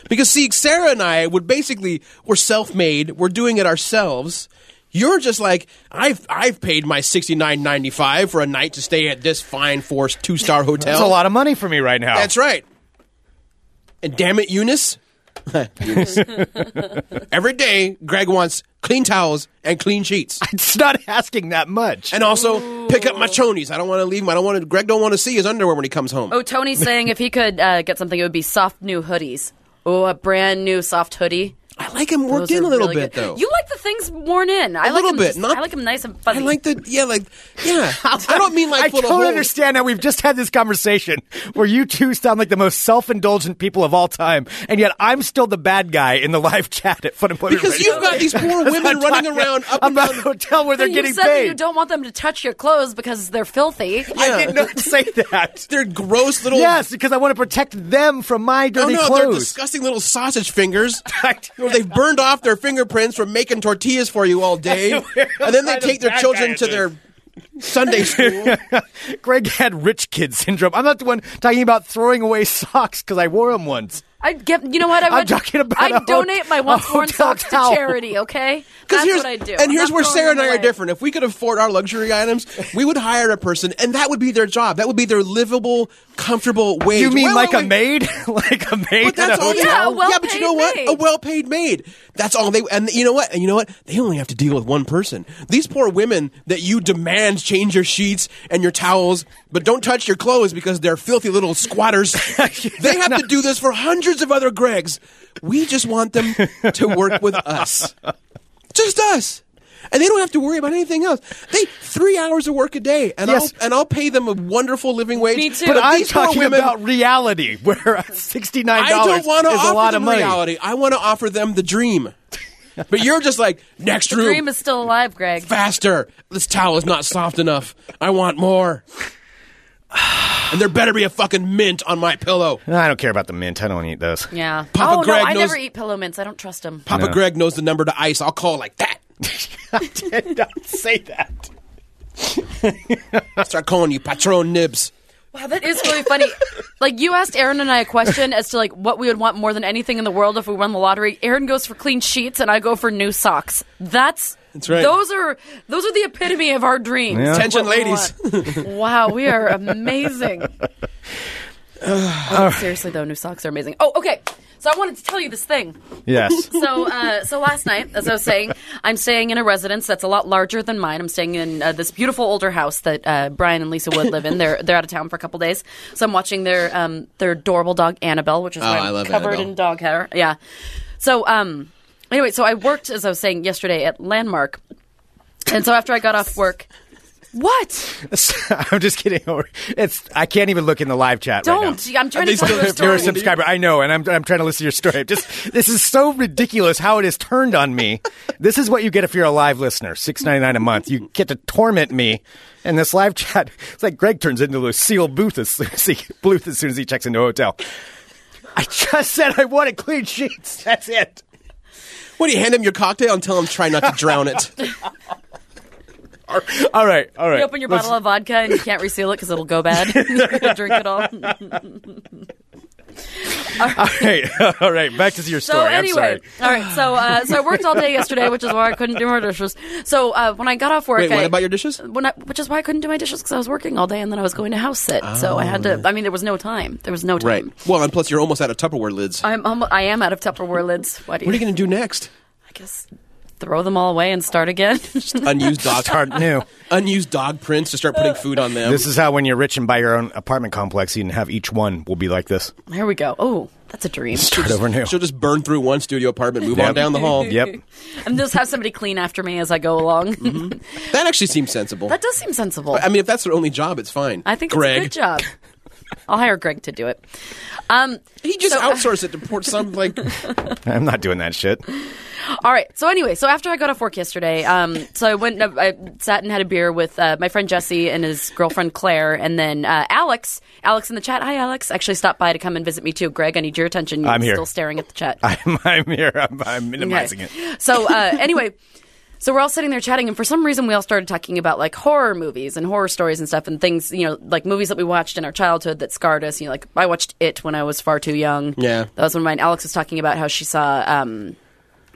H: because see, Sarah and I would basically we're self-made. We're doing it ourselves. You're just like I've I've paid my sixty nine ninety five for a night to stay at this fine four two star hotel.
F: That's a lot of money for me right now.
H: That's right. And damn it, Eunice. Eunice. Every day, Greg wants clean towels and clean sheets.
F: It's not asking that much.
H: And also pick up my chonies. I don't want to leave him. I don't want to. Greg don't want to see his underwear when he comes home.
G: Oh, Tony's saying if he could uh, get something, it would be soft new hoodies. Oh, a brand new soft hoodie.
H: I like him worked
G: Those
H: in
G: are
H: a little
G: really
H: bit
G: good.
H: though.
G: You like the things worn in. I like
H: little
G: them
H: bit,
G: just-
H: not-
G: I like them nice and
H: I
G: fuzzy.
H: like the yeah, like yeah. I don't mean like
F: I
H: full
F: don't
H: of holes.
F: understand how we've just had this conversation where you two sound like the most self-indulgent people of all time, and yet I'm still the bad guy in the live chat at Fun Employment
H: Because
F: Radio.
H: you've got these poor
F: I'm
H: women
F: not
H: running
F: talking
H: around up and
F: about
H: down-
F: a hotel where they're
G: you
F: getting
G: said that you
F: paid.
G: don't want them to touch your clothes because they're filthy.
F: I did not say that.
H: They're gross little
F: yes, because I want to protect them from my
H: Oh
F: dirty
H: no, they're
F: clothes.
H: disgusting little sausage fingers.
F: Right.
H: You know, They've burned off their fingerprints from making tortillas for you all day,
F: Where
H: and then they
F: kind
H: take
F: of
H: their
F: bad guy
H: children
F: is
H: to
F: this?
H: their Sunday school.
F: Greg had rich kid syndrome. I'm not the one talking about throwing away socks because I wore them once.
G: I get. You know what? I
F: I'm
G: would,
F: talking about a
G: I
F: ho-
G: donate my
F: a
G: once worn
F: hotel
G: socks
F: towel.
G: to charity. Okay,
H: Because
G: that's
H: here's
G: what I do. I'm
H: and here's
G: not
H: where
G: throwing
H: Sarah and
G: them
H: I are
G: away.
H: different. If we could afford our luxury items, we would hire a person, and that would be their job. That would be their livable, comfortable wage.
F: You mean
H: Wait,
F: like
H: wait,
F: a
H: wait.
F: maid? like a maid?
H: But that's
F: at a
H: all.
F: hotel?
G: Yeah, a
H: yeah, but you know
G: well-paid
H: what? A
G: maid.
H: well-paid maid. That's all they. And you know what? And you know what? They only have to deal with one person. These poor women that you demand change your sheets and your towels, but don't touch your clothes because they're filthy little squatters. they have to do this for hundreds of other Gregs. We just want them to work with us, just us. And they don't have to worry about anything else. They three hours of work a day, and
F: Yes.
H: I'll and I'll pay them a wonderful living wage.
G: Me too.
F: But
G: But
F: I'm
H: these poor
F: talking
H: women-
F: about reality, where sixty-nine
H: I don't
F: dollars is
H: want to
F: a
H: offer
F: lot
H: them
F: of money.
H: reality. I want to offer them the dream. But you're just like next
G: The
H: room,
G: dream is still alive, Greg.
H: faster. This towel is not soft enough. I want more. And there better be a fucking mint on my pillow.
F: No, I don't care about the mint. I don't want to eat those.
G: Yeah.
H: Papa
G: oh
H: Greg
G: no, I
H: knows-
G: never eat pillow mints. I don't trust him.
H: Papa Greg knows the number to ice. I'll call like that.
F: I did not say that.
H: I start calling you Patron Nibs.
G: Wow, that is really funny. like you asked Aaron and I a question as to like what we would want more than anything in the world if we won the lottery. Aaron goes for clean sheets and I go for new socks. That's
H: That's right.
G: Those are those are the epitome of our dreams.
F: Yeah.
H: Attention,
G: What we
H: ladies.
G: want. wow, we are amazing. Oh, seriously though, new socks are amazing. Oh, okay. So I wanted to tell you this thing.
F: Yes.
G: So, uh, so last night, as I was saying, I'm staying in a residence that's a lot larger than mine. I'm staying in uh, this beautiful older house that uh, Brian and Lisa Wood live in. They're they're out of town for a couple days, so I'm watching their um, their adorable dog Annabelle, which is why I'm
H: Oh, I love
G: covered
H: Annabelle.
G: in dog hair. Yeah. So, um, anyway, so I worked as I was saying yesterday at Landmark, and so after I got off work, what?
F: I'm just kidding. It's I can't even look in the live chat right now.
G: Don't I'm trying
H: They
G: to tell
H: still
G: you a
H: have
F: You're
G: story.
F: a subscriber. I know, and I'm, I'm trying to listen to your story. Just this is so ridiculous how it has turned on me. This is what you get if you're a live listener. Six ninety nine a month. You get to torment me. And this live chat, it's like Greg turns into Lucille Booth as soon as he, Bluth as soon as he checks into a hotel. I just said I wanted clean sheets. That's it.
H: What do you hand him your cocktail and tell him try not to drown it?
F: All right, all right.
G: You open your bottle of vodka and you can't reseal it because it'll go bad. You're gonna drink it all.
F: Hey, all right. Back to your story.
G: So anyway,
F: I'm sorry.
G: all right. So uh, so I worked all day yesterday, which is why I couldn't do my dishes. So uh, when I got off work,
H: Wait, what
G: I-
H: about your dishes?
G: When I, which is why I couldn't do my dishes because I was working all day and then I was going to house sit. so I had to. I mean, there was no time. There was no time.
H: Oh. Right. Well, and plus you're almost out of Tupperware lids.
G: I'm almo- I am out of Tupperware lids. Why do you?
H: What are you going to do next?
G: I guess throw them all away and start again.
H: Unused dog
F: Start new.
H: unused dog prints to start putting food on them.
F: This is how when you're rich and buy your own apartment complex, you can have each one will be like this.
G: Here we go. Oh, that's a dream.
F: Start over new.
H: She'll just burn through one studio apartment, move on
F: Yep.
H: down the hall.
F: Yep.
G: And just have somebody clean after me as I go along.
H: Mm-hmm. That actually seems sensible.
G: that does seem sensible.
H: I mean, if that's their only job, it's fine.
G: I think
H: Greg,
G: it's a good job. I'll hire Greg to do it. Um,
H: He just
G: So-
H: outsourced it to port some like
F: I'm not doing that shit.
G: All right. So anyway, so after I got off work yesterday, um, so I went, and I sat and had a beer with uh, my friend Jesse and his girlfriend Claire, and then uh, Alex. Alex in the chat. Hi, Alex. Actually, stopped by to come and visit me too. Greg, I need your attention. You're
F: I'm here.
G: Still staring at the chat.
F: I'm, I'm here. I'm, I'm minimizing
G: Okay.
F: it.
G: So uh, anyway, so we're all sitting there chatting, and for some reason, we all started talking about like horror movies and horror stories and stuff, and things you know, like movies that we watched in our childhood that scarred us. You know, like I watched It when I was far too young.
H: Yeah.
G: that was one of mine. Alex was talking about how she saw um,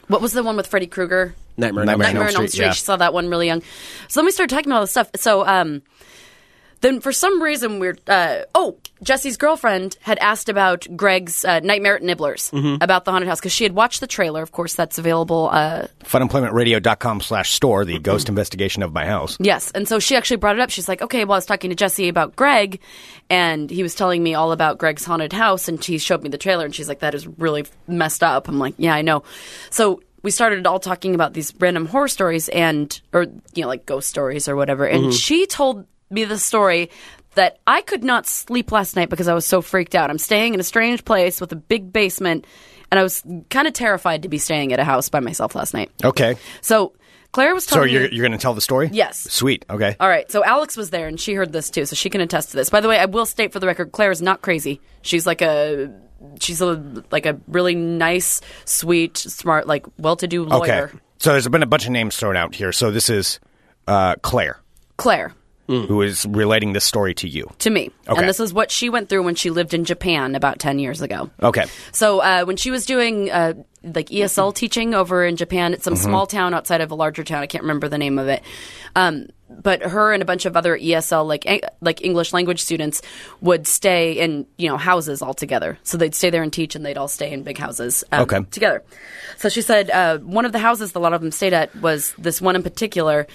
G: what was the one with Freddy Krueger?
H: nightmare.
F: Nightmare
H: Nightmare.
G: Nightmare on Elm Street. She saw that one really young. So then we started talking about all this stuff. So um, then for some reason we're uh, oh Jesse's girlfriend had asked about Greg's uh, Nightmare at Nibbler's about the haunted house because she had watched the trailer. Of course, that's available. Uh,
F: Funemploymentradio.com slash store, the ghost
G: Mm-hmm.
F: investigation of my house.
G: yes, and so she actually brought it up. She's like, okay, well I was talking to Jesse about Greg, and he was telling me all about Greg's haunted house, and she showed me the trailer, and she's like, that is really messed up. I'm like, yeah, I know. So. We started all talking about these random horror stories and, or, you know, like ghost stories or whatever. And she told me the story that I could not sleep last night because I was so freaked out. I'm staying in a strange place with a big basement, and I was kind of terrified to be staying at a house by myself last night.
F: Okay.
G: So Claire was
F: So
G: telling
F: you're,
G: me.
F: you're going to tell the story?
G: Yes.
F: Sweet. Okay.
G: All right. So Alex was there, and she heard this too, so she can attest to this. By the way, I will state for the record, Claire is not crazy. She's like a. She's a, like a really nice, sweet, smart, like well-to-do lawyer.
F: okay. So there's been a bunch of names thrown out here. So this is uh, Claire.
G: Claire
F: who is relating this story to you.
G: to me.
F: Okay.
G: And this is what she went through when she lived in Japan about 10 years ago.
F: Okay.
G: So uh, when she was doing uh, like ESL teaching over in Japan at some small town outside of a larger town, I can't remember the name of it. Um, but her and a bunch of other ESL like Eng- like English language students would stay in you know houses all together. So they'd stay there and teach, and they'd all stay in big houses um,
F: Okay.
G: together. So she said uh, one of the houses that a lot of them stayed at was this one in particular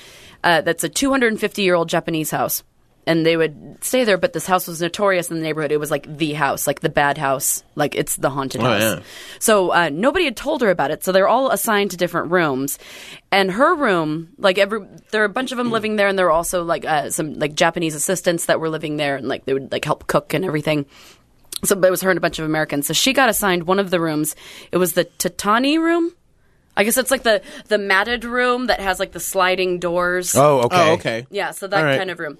G: uh, that's a 250 year old Japanese house. And they would stay there, but this house was notorious in the neighborhood. It was like the house, like the bad house, like it's the haunted house.
H: yeah.
G: So uh, nobody had told her about it. So they're all assigned to different rooms, and her room, like every, there are a bunch of them living there, and there were also like uh, some like Japanese assistants that were living there, and like they would like help cook and everything. So but it was her and a bunch of Americans. So she got assigned one of the rooms. It was the tatani room. I guess it's like the the matted room that has like the sliding doors.
F: Oh, okay.
H: Oh, okay.
G: Yeah, so that
H: All right.
G: kind of room.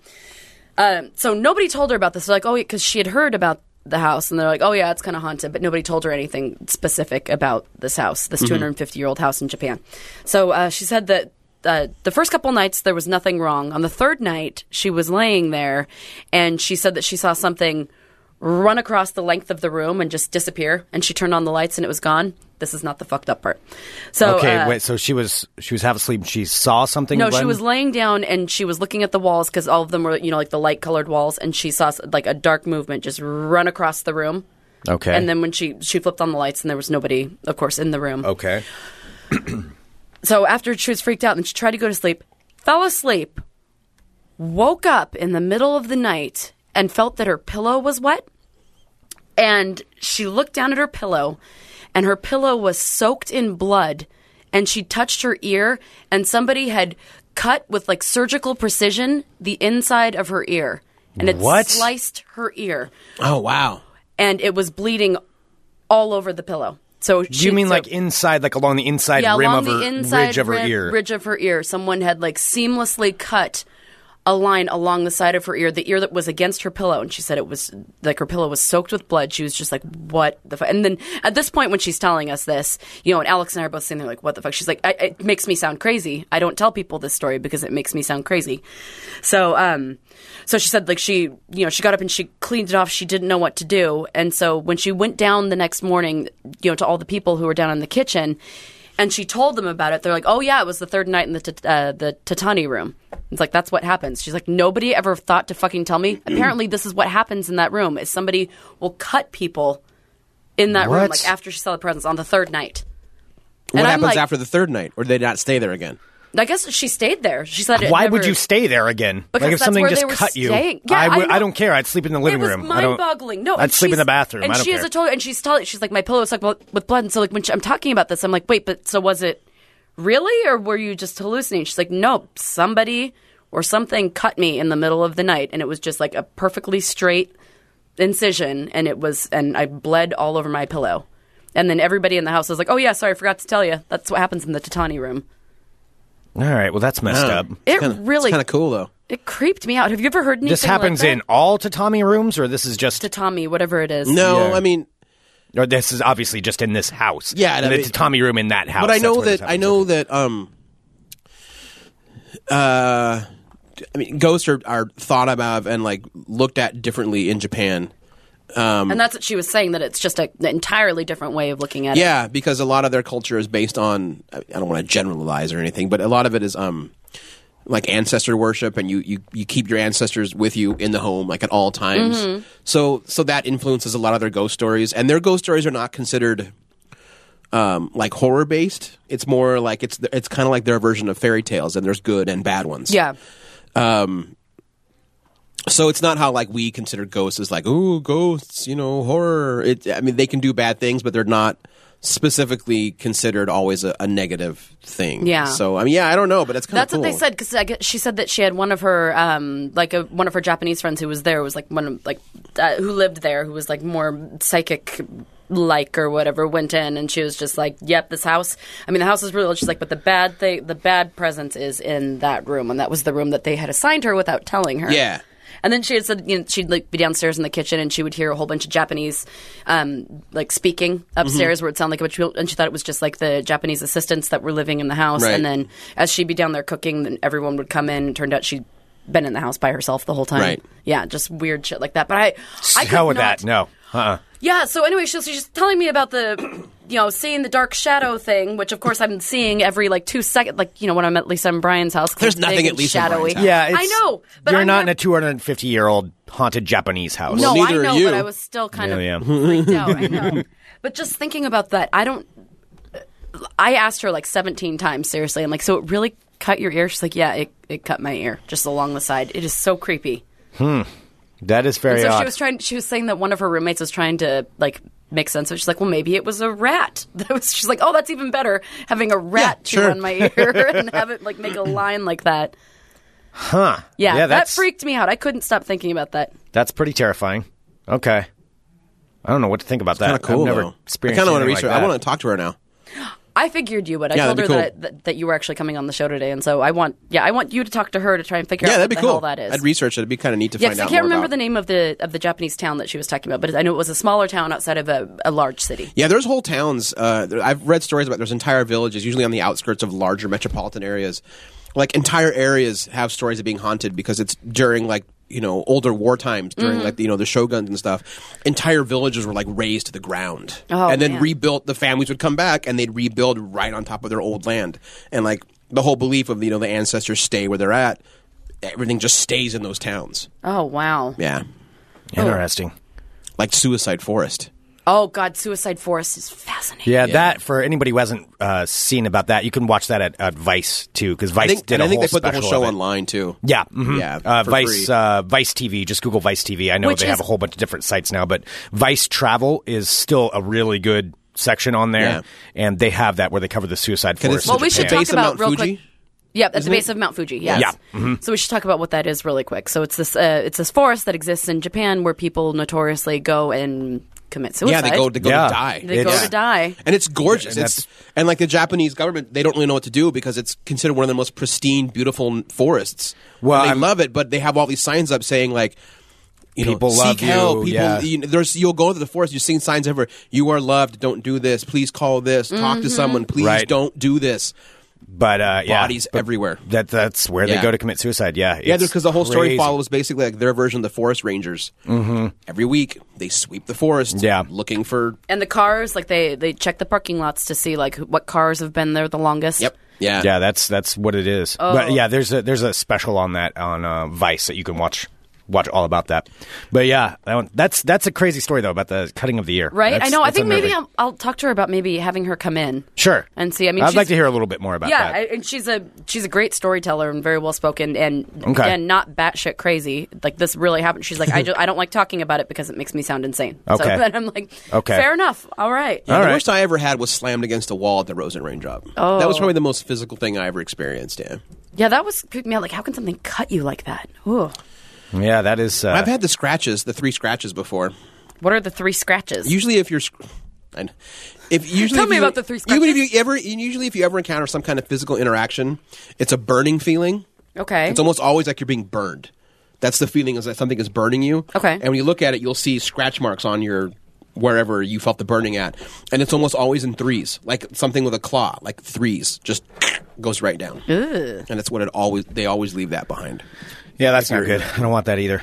G: Um, so nobody told her about this. They're like, oh, because she had heard about the house, and they're like, oh yeah, it's kind of haunted, but nobody told her anything specific about this house,
H: Mm-hmm.
G: this 250 year old house in Japan. So uh, she said that. Uh, the first couple nights there was nothing wrong. On the third night, she was laying there, and she said that she saw something run across the length of the room and just disappear. And she turned on the lights, and it was gone. This is not the fucked up part. So
F: Okay,
G: uh,
F: wait. So she was she was half asleep. and She saw something.
G: no, she
F: run-
G: was laying down and she was looking at the walls because all of them were, you know, like the light colored walls, and she saw like a dark movement just run across the room.
F: Okay,
G: And then when she she flipped on the lights and there was nobody, of course, in the room.
F: okay.
G: So after she was freaked out and she tried to go to sleep, fell asleep, woke up in the middle of the night and felt that her pillow was wet. And she looked down at her pillow and her pillow was soaked in blood and she touched her ear and somebody had cut with like surgical precision the inside of her ear and it
F: What?
G: sliced her ear
H: Oh wow.
G: and it was bleeding all over the pillow. So
F: Do you mean
G: so-
F: like inside, like along the inside
G: yeah,
F: rim
G: along
F: of her
G: the inside
F: ridge of her
G: rim-
F: ear?
G: ridge of her ear. Someone had like seamlessly cut a line along the side of her ear, the ear that was against her pillow, and she said it was like her pillow was soaked with blood. She was just like, "What the?" Fu-? And then at this point, when she's telling us this, you know, and Alex and I are both sitting there like, "What the fuck?" She's like, I, "It makes me sound crazy. I don't tell people this story because it makes me sound crazy." So, um, so she said like she, you know, she got up and she cleaned it off. She didn't know what to do, and so when she went down the next morning, you know, to all the people who were down in the kitchen, and she told them about it. They're like, "Oh yeah, it was the third night in the t- uh, the tatani room." It's like that's what happens. She's like, "Nobody ever thought to fucking tell me." Apparently, this is what happens in that room: is somebody will cut people in that room,
F: What?
G: like after she saw the presence on the third night.
H: What
G: and I'm
H: happens
G: like,
H: after the third night? Or do they not stay there again?
G: I guess she stayed there. She said, it
F: Why would
G: never-
F: you stay there again?
G: Because
F: like if
G: that's
F: something
G: where
F: just
G: they were
F: cut
G: staying.
F: you,
G: Yeah,
F: I
G: I
F: would-
G: know.
F: I don't care. I'd sleep in the living
G: it was
F: room. I don't-
G: mind-boggling. No,
F: I'd
G: and
F: sleep in
G: she's-
F: the bathroom.
G: And
F: I don't
G: she
F: care.
G: is a total. And she's telling. She's like, my pillow is soaked with- with blood. And so, like, when she, I'm talking about this, I'm like, wait, but so was it really, or were you just hallucinating? She's like, no, somebody or something cut me in the middle of the night, and it was just like a perfectly straight incision, and it was, and I bled all over my pillow. And then everybody in the house was like, oh yeah, sorry, I forgot to tell you. That's what happens in the Tatani room.
F: All right. Well, that's messed up.
G: It really,
H: kind of cool though.
G: it creeped me out. Have you ever heard anything?
F: This happens
G: like that?
F: in all tatami rooms, or this is just,
G: tatami, whatever it is.
H: No,
F: Yeah.
H: I mean,
F: or this is obviously just in this house.
H: Yeah,
F: in
H: I
F: the
H: mean-
F: tatami room in that house.
H: but I
F: That's
H: know
F: where this
H: that I
F: happens.
H: know that um uh I mean ghosts are, are thought about and like looked at differently in Japan.
G: And that's what she was saying that it's just a, an entirely different way of looking at it.
H: Yeah, because a lot of their culture is based on I I don't want to generalize or anything, but a lot of it is um like ancestor worship and you, you, you keep your ancestors with you in the home like at all times. So so that influences a lot of their ghost stories and their ghost stories are not considered um, like horror based. It's more like it's it's kind of like their version of fairy tales and there's good and bad ones.
G: Yeah.
H: So it's not how like we consider ghosts as like ooh ghosts, you know, horror. It, I mean, they can do bad things, but they're not specifically considered always a, a negative thing.
G: Yeah.
H: So I mean, yeah, I don't know, but it's kind
G: That's
H: of cool.
G: what they said because she said that she had one of her, um, like a, one of her Japanese friends who was there was like one of, like uh, who lived there who was like more psychic like or whatever went in and she was just like, "Yep, this house. I mean, the house is real." She's like, "But the bad thing, the bad presence is in that room, and that was the room that they had assigned her without telling her."
H: Yeah.
G: And then she had said you know, she'd like be downstairs in the kitchen and she would hear a whole bunch of Japanese, um, like speaking
H: Mm-hmm.
G: upstairs where it sounded like a bunch of people, and she thought it was just like the Japanese assistants that were living in the house.
H: Right.
G: And then as she'd be down there cooking, then everyone would come in. And turned out she been in the house by herself the whole time.
H: Right.
G: Yeah, just weird shit like that. But I, I could
F: Hell with
G: not-
F: that. No. Uh-uh.
G: Yeah. So anyway, she was just telling me about the, you know, seeing the dark shadow thing, which of course I'm seeing every like two seconds, like you know when I'm at Lisa and Brian's house. 'cause
H: There's
G: it's
H: nothing
G: big
H: at
G: and
H: Lisa and
G: shadowy.
H: Brian's house.
F: Yeah.
G: I
F: It's,
G: know, but
F: you're
G: I'm
F: not
G: gonna-
F: in a 250 year old haunted Japanese house. Oh,
G: No,
H: neither
G: I
H: are
G: know,
H: you.
G: but I was still kind
F: Yeah,
G: of
F: yeah.
G: freaked out. I know. But just thinking about that, I don't. I asked her like 17 times, seriously. I'm like, so it really cut your ear? She's like, yeah, it, it cut my ear, just along the side. It is so creepy.
F: That is very
G: so
F: odd.
G: she was trying. She was saying that one of her roommates was trying to like make sense of. it. She's like, well, maybe it was a rat. That was. She's like, oh, that's even better. Having a rat chew
H: sure.
G: on my ear and have it like make a line like that.
F: huh.
G: Yeah, that
F: that's,
G: freaked me out. I couldn't stop thinking about that.
F: that's pretty terrifying. Okay. I don't know what to think about
H: Kind
F: that.
H: of cool.
F: I've never
H: though. I
F: experienced
H: kind of want to
F: anything
H: reach
F: like
H: her. I
F: that.
H: want to talk to her now.
G: I figured you would. I
H: Yeah,
G: told her
H: that'd be
G: that, I, that that you were actually coming on the show today, and so I want yeah, I want you to talk to her to try and figure
H: Yeah,
G: out
H: that'd be
G: what
H: cool.
G: the hell that is.
H: I'd research it. It'd be kind of neat to
G: yeah,
H: find
G: 'cause I
H: out.
G: can't
H: more
G: remember
H: about.
G: the name of the of the Japanese town that she was talking about, but I know it was a smaller town outside of a, a large city.
H: Yeah, there's whole towns. Uh, there- I've read stories about there's entire villages, usually on the outskirts of larger metropolitan areas. Like entire areas have stories of being haunted because it's during like you know older war times
F: Mm-hmm.
H: during like you know the shoguns and stuff. Entire villages were like razed to the ground
G: Oh,
H: and then
G: man.
H: rebuilt. The families would come back and they'd rebuild right on top of their old land. And like the whole belief of you know the ancestors stay where they're at. Everything just stays in those towns.
G: Oh wow.
H: Yeah,
F: Interesting.
H: like suicide forest.
G: Oh god, Suicide Forest is fascinating.
F: Yeah, that for anybody who hasn't uh, seen about that, you can watch that at, at Vice too, because Vice
H: I think,
F: did
H: and
F: a
H: I think
F: whole
H: they put the whole
F: special
H: show
F: of it.
H: online too.
F: Yeah, mhm.
H: Yeah,
F: Uh,
H: for
F: Vice
H: free.
F: uh, Vice TV. Just Google Vice TV. I know
G: Which
F: they have
G: is-
F: a whole bunch of different sites now, but Vice Travel is still a really good section on there,
H: Yeah.
F: and they have that where they cover the suicide
H: Can
F: forest.
H: this-
F: in
G: Well, we should
F: Japan.
G: talk
H: Base of
G: about
H: Mount
G: real
H: Fuji?
G: quick. Yeah, at the base of Mount Fuji. Yes.
F: Yeah.
G: So we should talk about what that is really quick. So it's this uh, it's this forest that exists in Japan where people notoriously go and commit suicide.
H: Yeah, they go, they go
F: Yeah.
H: to die.
G: They go
F: It's-
G: to die.
H: And it's gorgeous.
F: Yeah, and
H: it's and like the Japanese government, they don't really know what to do because it's considered one of the most pristine, beautiful forests.
F: Well,
H: And they
F: I'm-
H: love it, but they have all these signs up saying like, you know,
F: People love
H: seek help.
F: you,
H: People,
F: yeah.
H: you know, there's you'll go to the forest, you've seen signs everywhere. You are loved. Don't do this. Please call this. Talk
G: Mm-hmm.
H: to someone. Please
F: Right.
H: don't do this.
F: but uh, yeah,
H: Bodies
F: but
H: everywhere.
F: That that's where they
H: Yeah.
F: go to commit suicide. Yeah,
H: Yeah,
F: it's
H: because the whole story
F: crazy.
H: follows basically like their version of the forest rangers. Mm-hmm. Every week they sweep the forest,
F: Yeah.
H: looking for
G: And the cars, like they they check the parking lots to see like wh- what cars have been there the longest.
H: yep,
G: Uh,
H: yeah,
F: Yeah, that's that's what it is.
G: Oh.
F: But yeah, there's a there's a special on that on uh, Vice that you can watch watch all about that. But yeah, that one, that's that's a crazy story though about the cutting of the ear.
G: Right. I
F: That's-
G: know. I
F: that's
G: think maybe
F: unnerving.
G: I'll, I'll talk to her about maybe having her come in.
F: sure
G: And see, I mean,
F: I'd
G: she's-
F: like to hear a little bit more about
G: Yeah,
F: that.
G: I, and she's a she's a great storyteller and very well spoken and
F: Okay.
G: again not batshit crazy. Like this really happened. She's like, I, just, I don't like talking about it because it makes me sound insane. So
F: Okay.
G: then I'm like,
F: Okay.
G: fair enough. All right.
H: Yeah,
F: All
H: the
F: right.
H: worst I ever had was slammed against a wall at the Rosen Raindrop.
G: Oh.
H: That was probably the most physical thing I ever experienced. Yeah,
G: Yeah, that was creeped me out. Like, how can something cut you like that? Ooh,
F: yeah, that is. Uh,
H: I've had the scratches, the three scratches before.
G: what are the three scratches?
H: Usually, if you're, sc- I kn- if usually
G: Tell
H: if
G: me
H: you-
G: about the three
H: Even if
G: scratches.
H: you ever, usually if you ever encounter some kind of physical interaction, it's a burning feeling.
G: okay.
H: It's almost always like you're being burned. That's the feeling is that something is burning you.
G: Okay.
H: And when you look at it, you'll see scratch marks on your wherever you felt the burning at, and it's almost always in threes, like something with a claw, like threes, just goes right down. And that's what it always they always leave that behind.
F: yeah, that's not good. I don't want that either.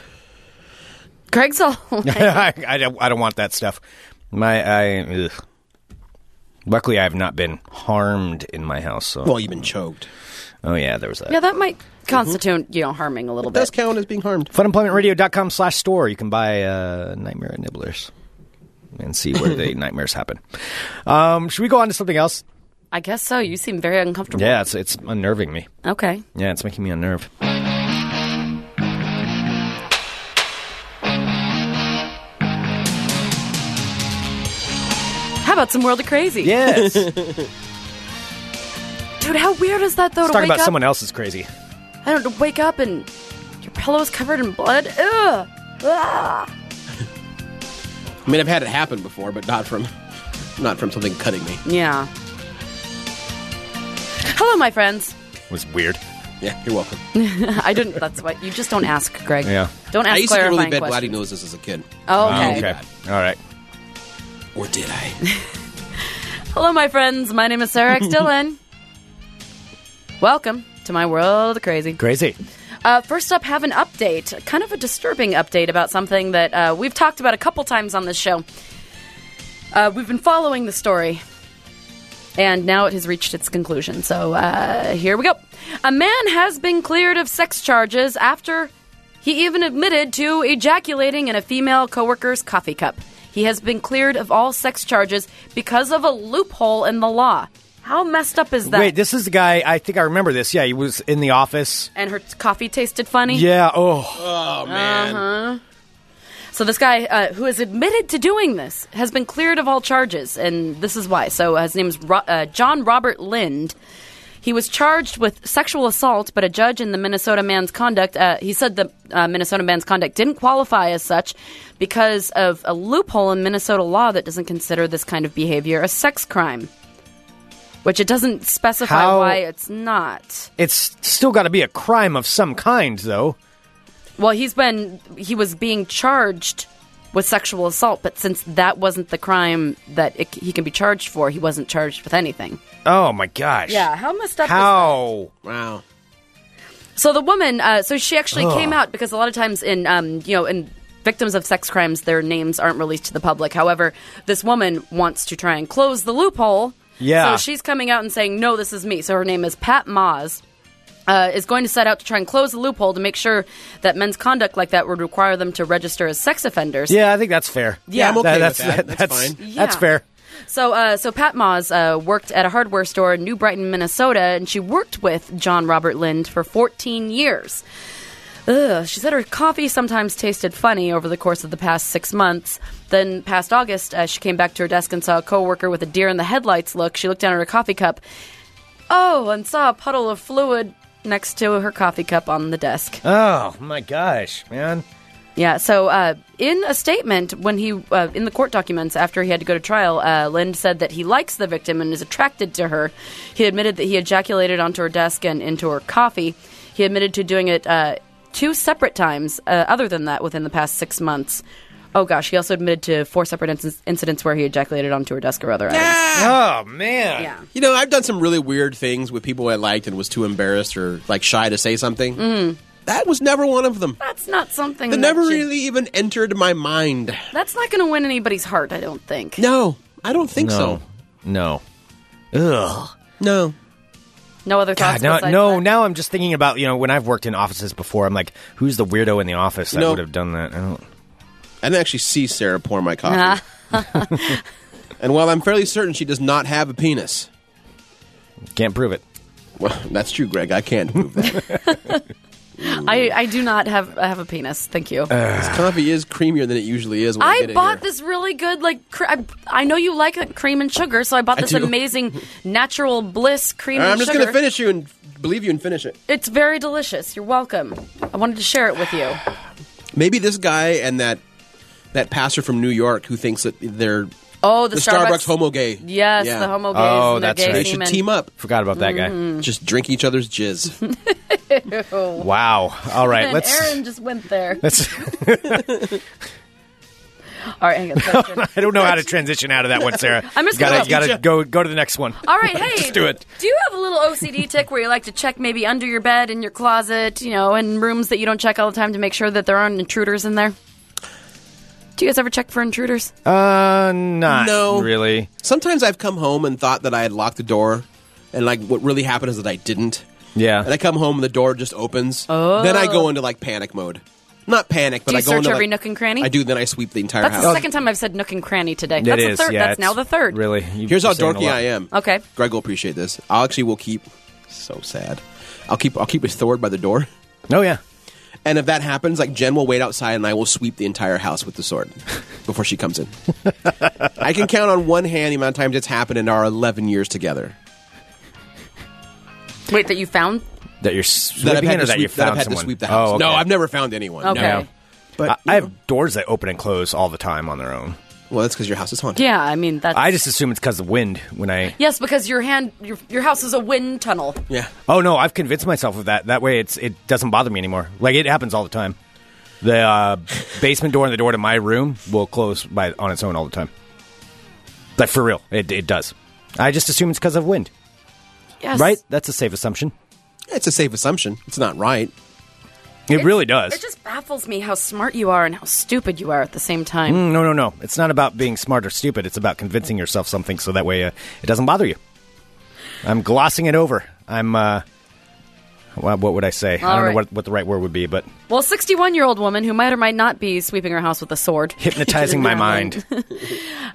G: Craig's all.
F: I, I don't, I don't want that stuff. My I. Ugh. Luckily, I have not been harmed in my house. So.
H: Well, you've been choked.
F: oh yeah, there was that.
G: yeah, that might
F: Mm-hmm.
G: constitute you know harming a little
H: Does
G: bit.
H: count as being harmed.
F: Funemploymentradio.com slash store. You can buy uh, Nightmare and Nibblers and see where the nightmares happen. Um, should we go on to something else?
G: I guess so. You seem very uncomfortable.
F: Yeah, it's, it's unnerving me.
G: Okay.
F: Yeah, it's making me unnerved.
G: How about some world of crazy?
F: Yes. Let's
G: Dude, how weird is that though? to
F: talk
G: wake
F: about
G: up?
F: someone else's crazy.
G: I don't know, to wake up and your pillow's covered in blood. Ugh.
H: I mean, I've had it happen before, but not from not from something cutting me.
G: Yeah. Hello, my friends.
F: It was weird.
H: Yeah, you're welcome.
G: I didn't. That's why you just don't ask, Greg.
F: Yeah.
G: Don't ask
H: I used to get
G: clarifying
H: really bad bloody
G: questions.
H: noses as a kid.
G: Oh,
F: Okay.
G: okay.
F: All right.
H: Or did I?
G: Hello, my friends. My name is Sarah X. Dillon. Welcome to my world of crazy.
F: Crazy.
G: Uh, first up, have an update, kind of a disturbing update about something that uh, we've talked about a couple times on this show. Uh, we've been following the story, and now it has reached its conclusion. So uh, here we go. A man has been cleared of sex charges after he even admitted to ejaculating in a female coworker's coffee cup. He has been cleared of all sex charges because of a loophole in the law. How messed up is that?
F: Wait, this is the guy. I think I remember this. Yeah, he was in the office.
G: and her coffee tasted funny.
F: Yeah. Oh,
H: Oh man.
G: So this guy uh, who has admitted to doing this has been cleared of all charges, and this is why. So uh, his name is Ro- uh, John Robert Lind. He was charged with sexual assault, but a judge in the Minnesota man's conduct, uh, he said the uh, Minnesota man's conduct didn't qualify as such because of a loophole in Minnesota law that doesn't consider this kind of behavior a sex crime, which it doesn't specify
F: How-
G: why it's not.
F: it's still got to be a crime of some kind, though.
G: Well, he's been he was being charged with sexual assault, but since that wasn't the crime that it, he can be charged for, he wasn't charged with anything.
F: Oh my gosh.
G: how messed up.
F: How?
H: Wow.
G: So the woman, uh, so she actually came out because a lot of times in, um, you know, in victims of sex crimes, their names aren't released to the public. However, this woman wants to try and close the loophole.
F: Yeah.
G: So she's coming out and saying, "No, this is me." So her name is Pat Moz. Uh, is going to set out to try and close the loophole to make sure that men's conduct like that would require them to register as sex offenders.
F: Yeah, I think that's fair.
H: Yeah, I'm okay
F: that's,
H: with that. That's
F: that's
H: fine.
F: That's
G: Yeah.
F: fair.
G: So, uh, so Pat Moz uh, worked at a hardware store in New Brighton, Minnesota, and she worked with John Robert Lind for 14 years. Ugh, she said her coffee sometimes tasted funny over the course of the past six months. Then, past August, uh, she came back to her desk and saw a coworker with a deer in the headlights look. She looked down at her coffee cup. Oh, and saw a puddle of fluid next to her coffee cup on the desk.
F: Oh my gosh, man.
G: Yeah. So, uh, in a statement, when he uh, in the court documents after he had to go to trial, uh, Lind said that he likes the victim and is attracted to her. He admitted that he ejaculated onto her desk and into her coffee. He admitted to doing it uh, two separate times. Uh, other than that, within the past six months. Oh gosh, he also admitted to four separate inc- incidents where he ejaculated onto her desk or other items.
F: Oh man.
G: Yeah.
H: You know, I've done some really weird things with people I liked and was too embarrassed or like shy to say something. That was never one of them.
G: Mm-hmm. Mm, That's not something
H: That
G: that
H: never
G: you-
H: really even entered my mind.
G: That's not going to win anybody's heart, I don't think.
H: No, I don't think
F: No.
H: so.
F: No. Ugh.
H: No.
G: No other
F: God,
G: thoughts.
F: now,
G: besides
F: no.
G: that?
F: Now I'm just thinking about you know when I've worked in offices before. I'm like, who's the weirdo in the office that
H: No.
F: would have done that? I don't.
H: I didn't actually see Sarah pour my coffee.
G: Ah.
H: and while I'm fairly certain she does not have a penis,
F: Can't prove it.
H: well, that's true, Greg. I can't prove that.
G: I, I do not have have a penis. Thank you.
H: this coffee is creamier than it usually is. When I,
G: I
H: get it
G: bought
H: here.
G: this really good, like cr- I, I know you like like, cream and sugar, so I bought
H: I
G: this
H: do.
G: amazing natural bliss cream
H: I'm
G: and
H: just
G: sugar.
H: gonna finish you and believe you and finish it.
G: It's very delicious. You're welcome. I wanted to share it with you.
H: Maybe this guy and that that pastor from New York who thinks that they're
G: Oh, the,
H: the Starbucks, homo gay.
G: Yes,
H: Yeah.
G: the homo gays.
F: Oh,
G: and their
F: that's
G: gay Mm.
F: right.
H: They
F: They
H: should
G: semen.
H: team up.
F: Forgot about that
G: Mm-hmm.
F: guy.
H: Just drink each other's jizz.
F: Wow. All right.
G: And
F: let's.
G: Aaron just went there.
F: Let's.
G: All right, hang on. Sorry, Jen.
F: I don't know how to transition out of that one, Sarah.
G: I'm just
F: gotta,
G: gonna-
F: you gotta go go to the next one.
G: All right, hey.
F: Just do it.
G: Do you have a little OCD tick where you like to check maybe under your bed, in your closet, you know, in rooms that you don't check all the time to make sure that there aren't intruders in there? Do you guys ever check for intruders?
F: Uh, not
H: No.
F: really.
H: Sometimes I've come home and thought that I had locked the door, and like what really happened is that I didn't.
F: Yeah.
H: And I come home and the door just opens. Oh. Then I go into like panic mode. Not panic, but
G: Do you
H: I go
G: search
H: into
G: every
H: like-
G: nook and cranny?
H: I do. Then I sweep the entire
G: That's
H: house.
G: the second time I've said nook and cranny today. that's
F: It is,
G: the third.
F: yeah,
G: that's now
F: it's-
G: the third.
F: Really. You've
H: Here's how
F: been saying a
H: dorky
F: lot.
H: I am.
G: Okay.
H: Greg will appreciate this. I'll actually will keep. So sad. I'll keep. I'll keep a sword by the door.
F: Oh yeah.
H: And if that happens, like Jen will wait outside, and I will sweep the entire house with the sword before she comes in. I can count on one hand the amount of times it's happened in our eleven years together.
G: Wait, that you found?
F: That you're
H: That I've
F: sweeping
H: had,
F: or
H: to
F: that you
H: sweep, that I've
F: found
H: had to
F: someone.
H: sweep the house.
F: Oh, okay.
H: No, I've never found anyone.
G: Okay.
H: No. But
F: I,
H: you
F: I
H: know.
F: have doors that open and close all the time on their own.
H: well, that's because your house is haunted.
G: Yeah, I mean that's.
F: I just assume it's because of wind when I.
G: yes, because your hand, your, your house is a wind tunnel.
H: Yeah.
F: Oh no, I've convinced myself of that. That way, it's it doesn't bother me anymore. Like it happens all the time. The uh, basement door and the door to my room will close by on its own all the time. Like for real, it it does. I just assume it's because of wind,
G: Yes.
F: right? That's a safe assumption.
H: It's a safe assumption. It's not right.
F: It really does.
G: It just baffles me how smart you are and how stupid you are at the same time.
F: no, no, no. It's not about being smart or stupid. It's about convincing yourself something so that way uh, it doesn't bother you. I'm glossing it over. I'm, uh, well, what would I say? I
G: All
F: don't know
G: right.
F: what, what the right word would be, but
G: Well, 61 year old woman who might or might not be sweeping her house with a sword
F: hypnotizing my mind.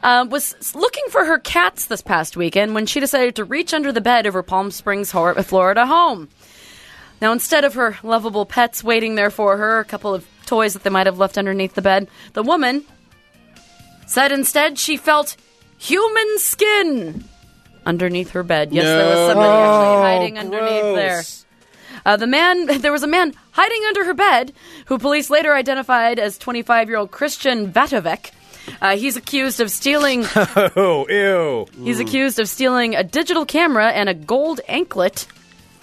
G: uh, was s- looking for her cats this past weekend when she decided to reach under the bed of her Palm Springs, Hor- Florida home. Now, instead of her lovable pets waiting there for her, a couple of toys that they might have left underneath the bed, the woman said instead she felt human skin underneath her bed. Yes, there was somebody actually hiding underneath there. Uh, the man, there was a man hiding under her bed who police later identified as 25 year old Christian Vatovec. Uh, he's accused of stealing.
F: Oh, ew.
G: he's accused of stealing a digital camera and a gold anklet.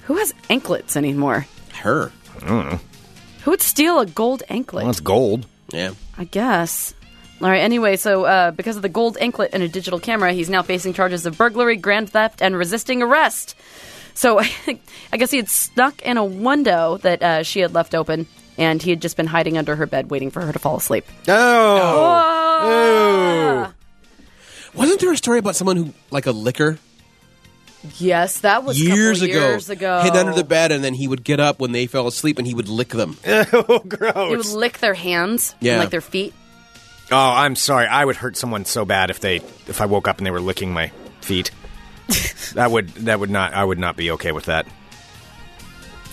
G: Who has anklets anymore?
H: Her.
G: Who would steal a gold anklet?
F: That's gold.
H: Yeah.
G: I guess. All right. Anyway, so uh, because of the gold anklet and a digital camera, he's now facing charges of burglary, grand theft, and resisting arrest. So I guess he had snuck in a window that uh, she had left open, and he had just been hiding under her bed, waiting for her to fall asleep.
F: Oh.
G: Oh.
H: Wasn't there a story about someone who, like a liquor,
G: Yes, that was a couple
H: years ago,
G: Years ago,
H: hid under the bed, and then he would get up when they fell asleep and he would lick them.
G: He would lick their hands, and,
H: Yeah.
G: like their feet.
F: Oh, I'm sorry. I would hurt someone so bad if they if I woke up and they were licking my feet. that would that would not I would not be okay with that.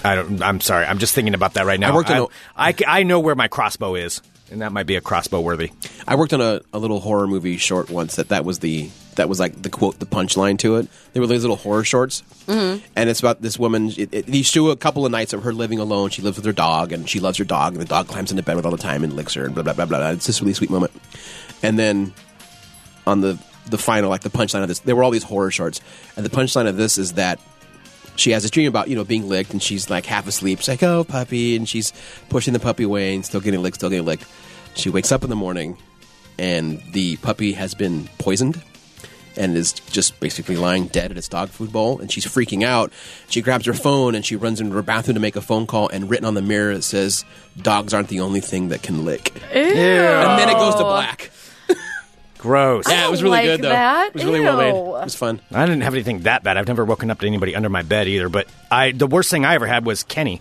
F: I don't. I'm sorry. I'm just thinking about that right now.
H: I worked in a-
F: I, c- I know where my crossbow is, and that might be a crossbow worthy.
H: I worked on a, a little horror movie short once that that was the that was like the quote the punchline to it. They were these little horror shorts,
G: Mm-hmm.
H: and it's about this woman. It, it, these two a couple of nights of her living alone. She lives with her dog, and she loves her dog, and the dog climbs into bed with all the time and licks her, and blah blah blah blah. blah. It's this really sweet moment, and then on the the final like the punchline of this, there were all these horror shorts, and the punchline of this is that she has this dream about you know being licked and she's like half asleep she's like oh puppy and she's pushing the puppy away and still getting licked still getting licked she wakes up in the morning and the puppy has been poisoned and is just basically lying dead in its dog food bowl and she's freaking out she grabs her phone and she runs into her bathroom to make a phone call and written on the mirror it says dogs aren't the only thing that can lick and then it goes to black
F: Gross.
H: yeah it was really
G: like
H: good though
G: that.
H: it was really well
G: Ew.
H: made it was fun
F: I didn't have anything that bad. I've never woken up to anybody under my bed either. But I, the worst thing I ever had was Kenny,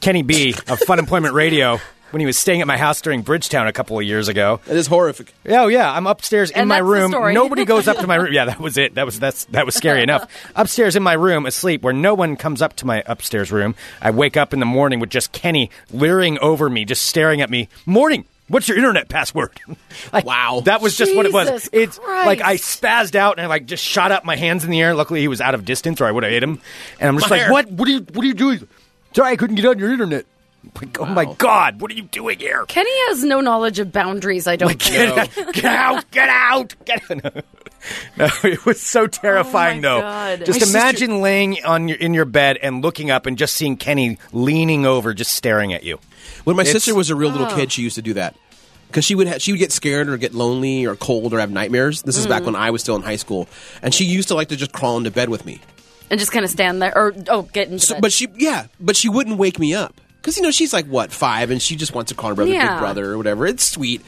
F: Kenny B of Fun Employment Radio, when he was staying at my house during Bridgetown a couple of years ago.
H: it is horrific
F: Oh yeah, I'm upstairs in
G: And
F: my
G: that's the
F: room.
G: story.
F: Nobody goes up to my room. Yeah, that was it. That was that's that was scary enough. Upstairs in my room, asleep, where no one comes up to my upstairs room. I wake up in the morning with just Kenny leering over me, just staring at me. Morning. What's your internet password? like,
H: Wow.
F: that was just what it was.
G: Jesus
F: It's like I
G: Christ.
F: spazzed out and I like just shot up my hands in the air. Luckily, he was out of distance, or I would have hit him. And I'm just
H: My
F: like,
H: hair.
F: what? What are you? What are you doing? Sorry, I couldn't get on your internet. Like, oh my god, what are you doing here?
G: Kenny has no knowledge of boundaries. I don't. think.
F: Get, out, get out! Get out! Get out! No, it was so terrifying,
G: Oh, my
F: though.
G: God.
F: Just
H: My sister-
F: imagine laying on your in your bed and looking up and just seeing Kenny leaning over, just staring at you.
H: When my sister was a real little
G: Oh.
H: kid, she used to do that because she would ha- she would get scared or get lonely or cold or have nightmares. This is
G: Mm.
H: back when I was still in high school, and she used to like to just crawl into bed with me.
G: and just kind of stand there, or oh, get into
H: So,
G: bed.
H: but she, yeah, but she wouldn't wake me up because you know she's like what five, and she just wants to call her brother
G: Yeah.
H: big brother or whatever. It's sweet,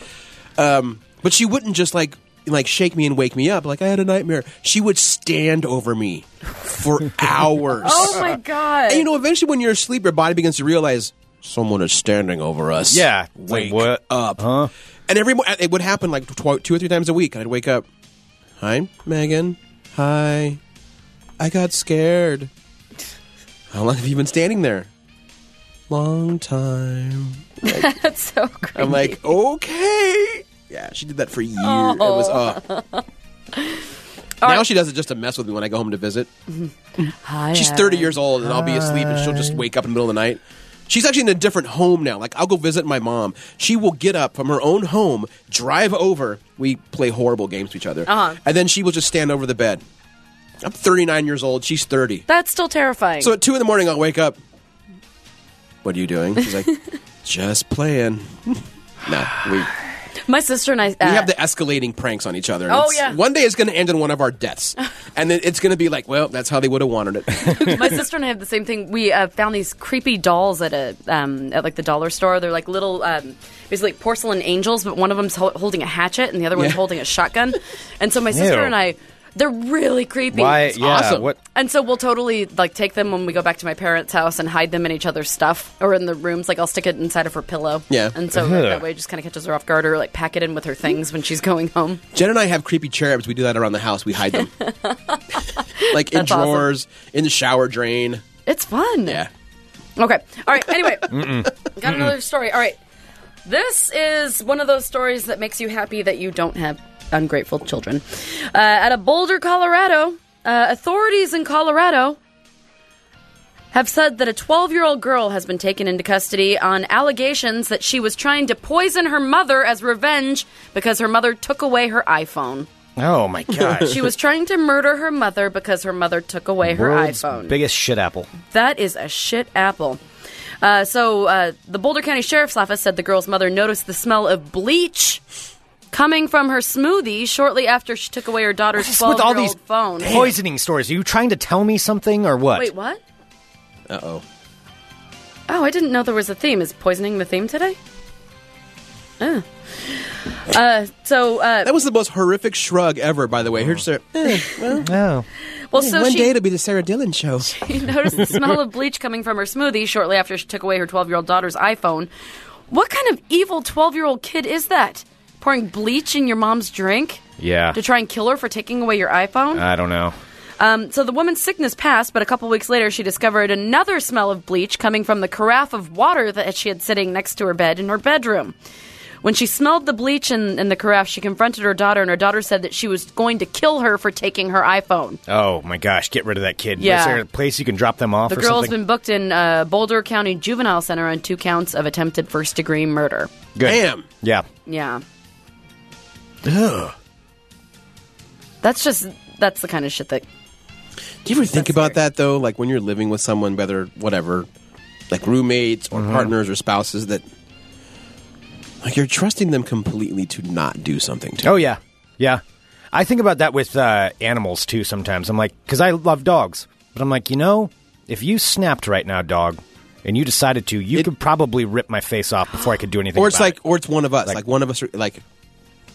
H: um, but she wouldn't just like like shake me and wake me up like I had a nightmare. She would stand over me for hours.
G: oh my god!
H: Uh, And you know, eventually when you're asleep, your body begins to realize someone is standing over us.
F: Yeah. It's like,
H: Wake
F: what? Uh,
H: up. Huh? And every mo- it would happen like tw- two or three times a week. And I'd wake up. Hi, Megan. Hi. I got scared. How long have you been standing there? Long time.
G: That's so crazy.
H: I'm like, okay. Yeah, she did that for years. It was uh. Now she does it just to mess with me when I go home to visit. She's 30 years old, and I'll be asleep, and she'll just wake up in the middle of the night. She's actually in a different home now. Like, I'll go visit my mom. She will get up from her own home, drive over. We play horrible games to each other.
G: Uh-huh.
H: And then she will just stand over the bed. I'm 39 years old. She's 30.
G: That's still terrifying.
H: So at 2 in the morning, I'll wake up. What are you doing? She's like, just playing. nah, we.
G: My sister and I. Uh,
H: we have the escalating pranks on each other. and
G: Oh,
H: it's-
G: yeah.
H: One day it's going to end in one of our deaths, and then it's going to be like, well, that's how they would have wanted it.
G: my sister and I have the same thing. We uh, found these creepy dolls at a um, at like the dollar store. They're like little, um, basically like porcelain angels, but one of them's hol- holding a hatchet and the other one's
H: Yeah.
G: holding a shotgun. And so my sister
F: Ew.
G: and I, they're really creepy.
F: Why?
G: It's
F: Yeah.
H: awesome.
F: What?
G: And so we'll totally like take them when we go back to my parents' house and hide them in each other's stuff or in the rooms. Like I'll stick it inside of her pillow.
H: Yeah.
G: And so like, that way it just kind of catches her off guard or like pack it in with her things when she's going home.
H: Jen and I have creepy cherubs. We do that around the house. We hide them, like in
G: That's awesome.
H: drawers, in the shower drain.
G: It's fun.
H: Yeah.
G: Okay. All right. Anyway, got another story. All right. This is one of those stories that makes you happy that you don't have ungrateful children. Uh, at a Boulder, Colorado, uh, authorities in Colorado have said that a 12 year old girl has been taken into custody on allegations that she was trying to poison her mother as revenge because her mother took away her iPhone.
F: Oh my gosh.
G: She was trying to murder her mother because her mother took away her
F: World's
G: iPhone.
F: biggest shit apple.
G: That is a shit apple. Uh, so uh, the Boulder County Sheriff's Office said the girl's mother noticed the smell of bleach coming from her smoothie shortly after she took away her daughter's
F: Just with all these
G: 12-year-old phone.
F: poisoning stories. Are you trying to tell me something or what?
G: Wait, what?
H: Uh oh.
G: Oh, I didn't know there was a theme. Is poisoning the theme today? Oh. Uh, so, uh,
H: That was the most horrific shrug ever, by the way. Here's
F: Oh.
H: Sarah. eh, well,
F: No.
G: well, so
H: one
G: she,
H: day it'll be the Sarah Dillon show.
G: She noticed the smell of bleach coming from her smoothie shortly after she took away her 12 year old daughter's iPhone. What kind of evil 12 year old kid is that? Pouring bleach in your mom's drink?
F: Yeah. Uh.
G: To try and kill her for taking away your iPhone?
F: I don't know.
G: Um, so the woman's sickness passed, but a couple weeks later, she discovered another smell of bleach coming from the carafe of water that she had sitting next to her bed in her bedroom. When she smelled the bleach in, in the carafe, she confronted her daughter, and her daughter said that she was going to kill her for taking her iPhone.
F: Oh my gosh, get rid of that kid.
G: Yeah.
F: Is there a place you can drop them off
G: The
F: or
G: girl has
F: something?
G: been booked in uh, Boulder County Juvenile Center on two counts of attempted first degree murder.
F: Good.
H: Damn.
F: Yeah.
G: Yeah. That's just that's the kind of shit that
H: Do you ever think about that though? Like when you're living with someone, whether whatever, like roommates
F: Mm-hmm.
H: or partners or spouses, that like you're trusting them completely to not do something to.
F: Oh yeah. Yeah. I think about that with uh, animals too sometimes. I'm like, because I love dogs, but I'm like, you know, if you snapped right now, dog, and you decided to, you could probably rip my face off before I could do anything.
H: or it's
F: about
H: like,
F: it.
H: or it's one of us. Like, one of us, are- like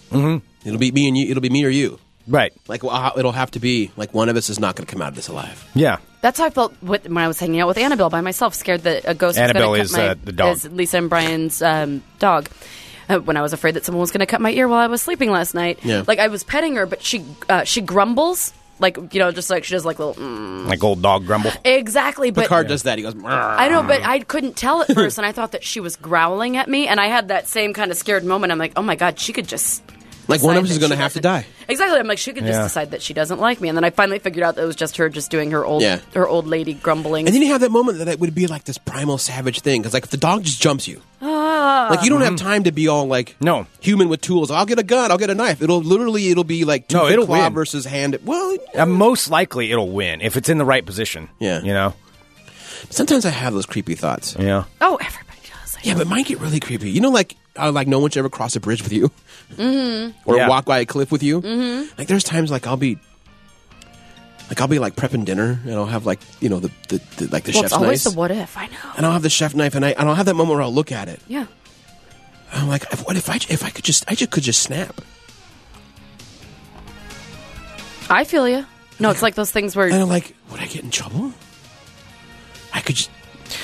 F: Mm-hmm.
H: it'll be me and you. It'll be me or you.
F: right?
H: Like well, uh, it'll have to be like one of us is not going to come out of this alive.
F: Yeah.
G: that's how I felt with, when I was hanging out with Annabelle by myself, scared that a ghost
F: Annabelle
G: was going
F: is,
G: to cut my
F: uh, the dog.
G: is Lisa and Brian's um, dog. Uh, when I was afraid that someone was going to cut my ear while I was sleeping last night,
H: Yeah.
G: like I was petting her, but she uh, she grumbles, like you know, just like she does, like little mm.
F: Like old dog grumble.
G: exactly. But
H: Picard does that. He goes.
G: I know,
H: Um,
G: but I couldn't tell at first, and I thought that she was growling at me, and I had that same kind of scared moment. I'm like, oh my god, she could just.
H: Like one
G: decide
H: of us is
G: that
H: going to
G: she
H: have to die.
G: doesn't- Exactly. I'm like, she could just
F: Yeah.
G: decide that she doesn't like me, and then I finally figured out that it was just her, just doing her old,
H: Yeah.
G: her old lady grumbling.
H: And then you have that moment that it would be like this primal savage thing because like if the dog just jumps you, like you don't have time to be all like
F: Mm-hmm. No.
H: human with tools. I'll get a gun. I'll get a knife. It'll literally it'll be like two
F: No, it'll
H: claw
F: win.
H: versus hand. Well,
F: Uh, most likely it'll win if it's in the right position.
H: Yeah.
F: You know?
H: sometimes I have those creepy thoughts.
F: Yeah.
G: oh, everybody does. I
H: Yeah, but mine get really creepy. You know, like how like no one should ever cross a bridge with you, mm-hmm. or
F: Yeah.
H: walk by a cliff with you. Mm-hmm. Like there's times like I'll be. Like I'll be like prepping dinner, and I'll have like you know the, the, the like the
G: Well, it's
H: chef's
G: always
H: knife,
G: the what if. I know.
H: and I'll have the chef knife, and I and I'll have that moment where I'll look at it,
G: Yeah.
H: I'm like, if- what if I if I could just I just could just snap,
G: I feel you. No, it's like those things where
H: and I'm like, would I get in trouble? I could just.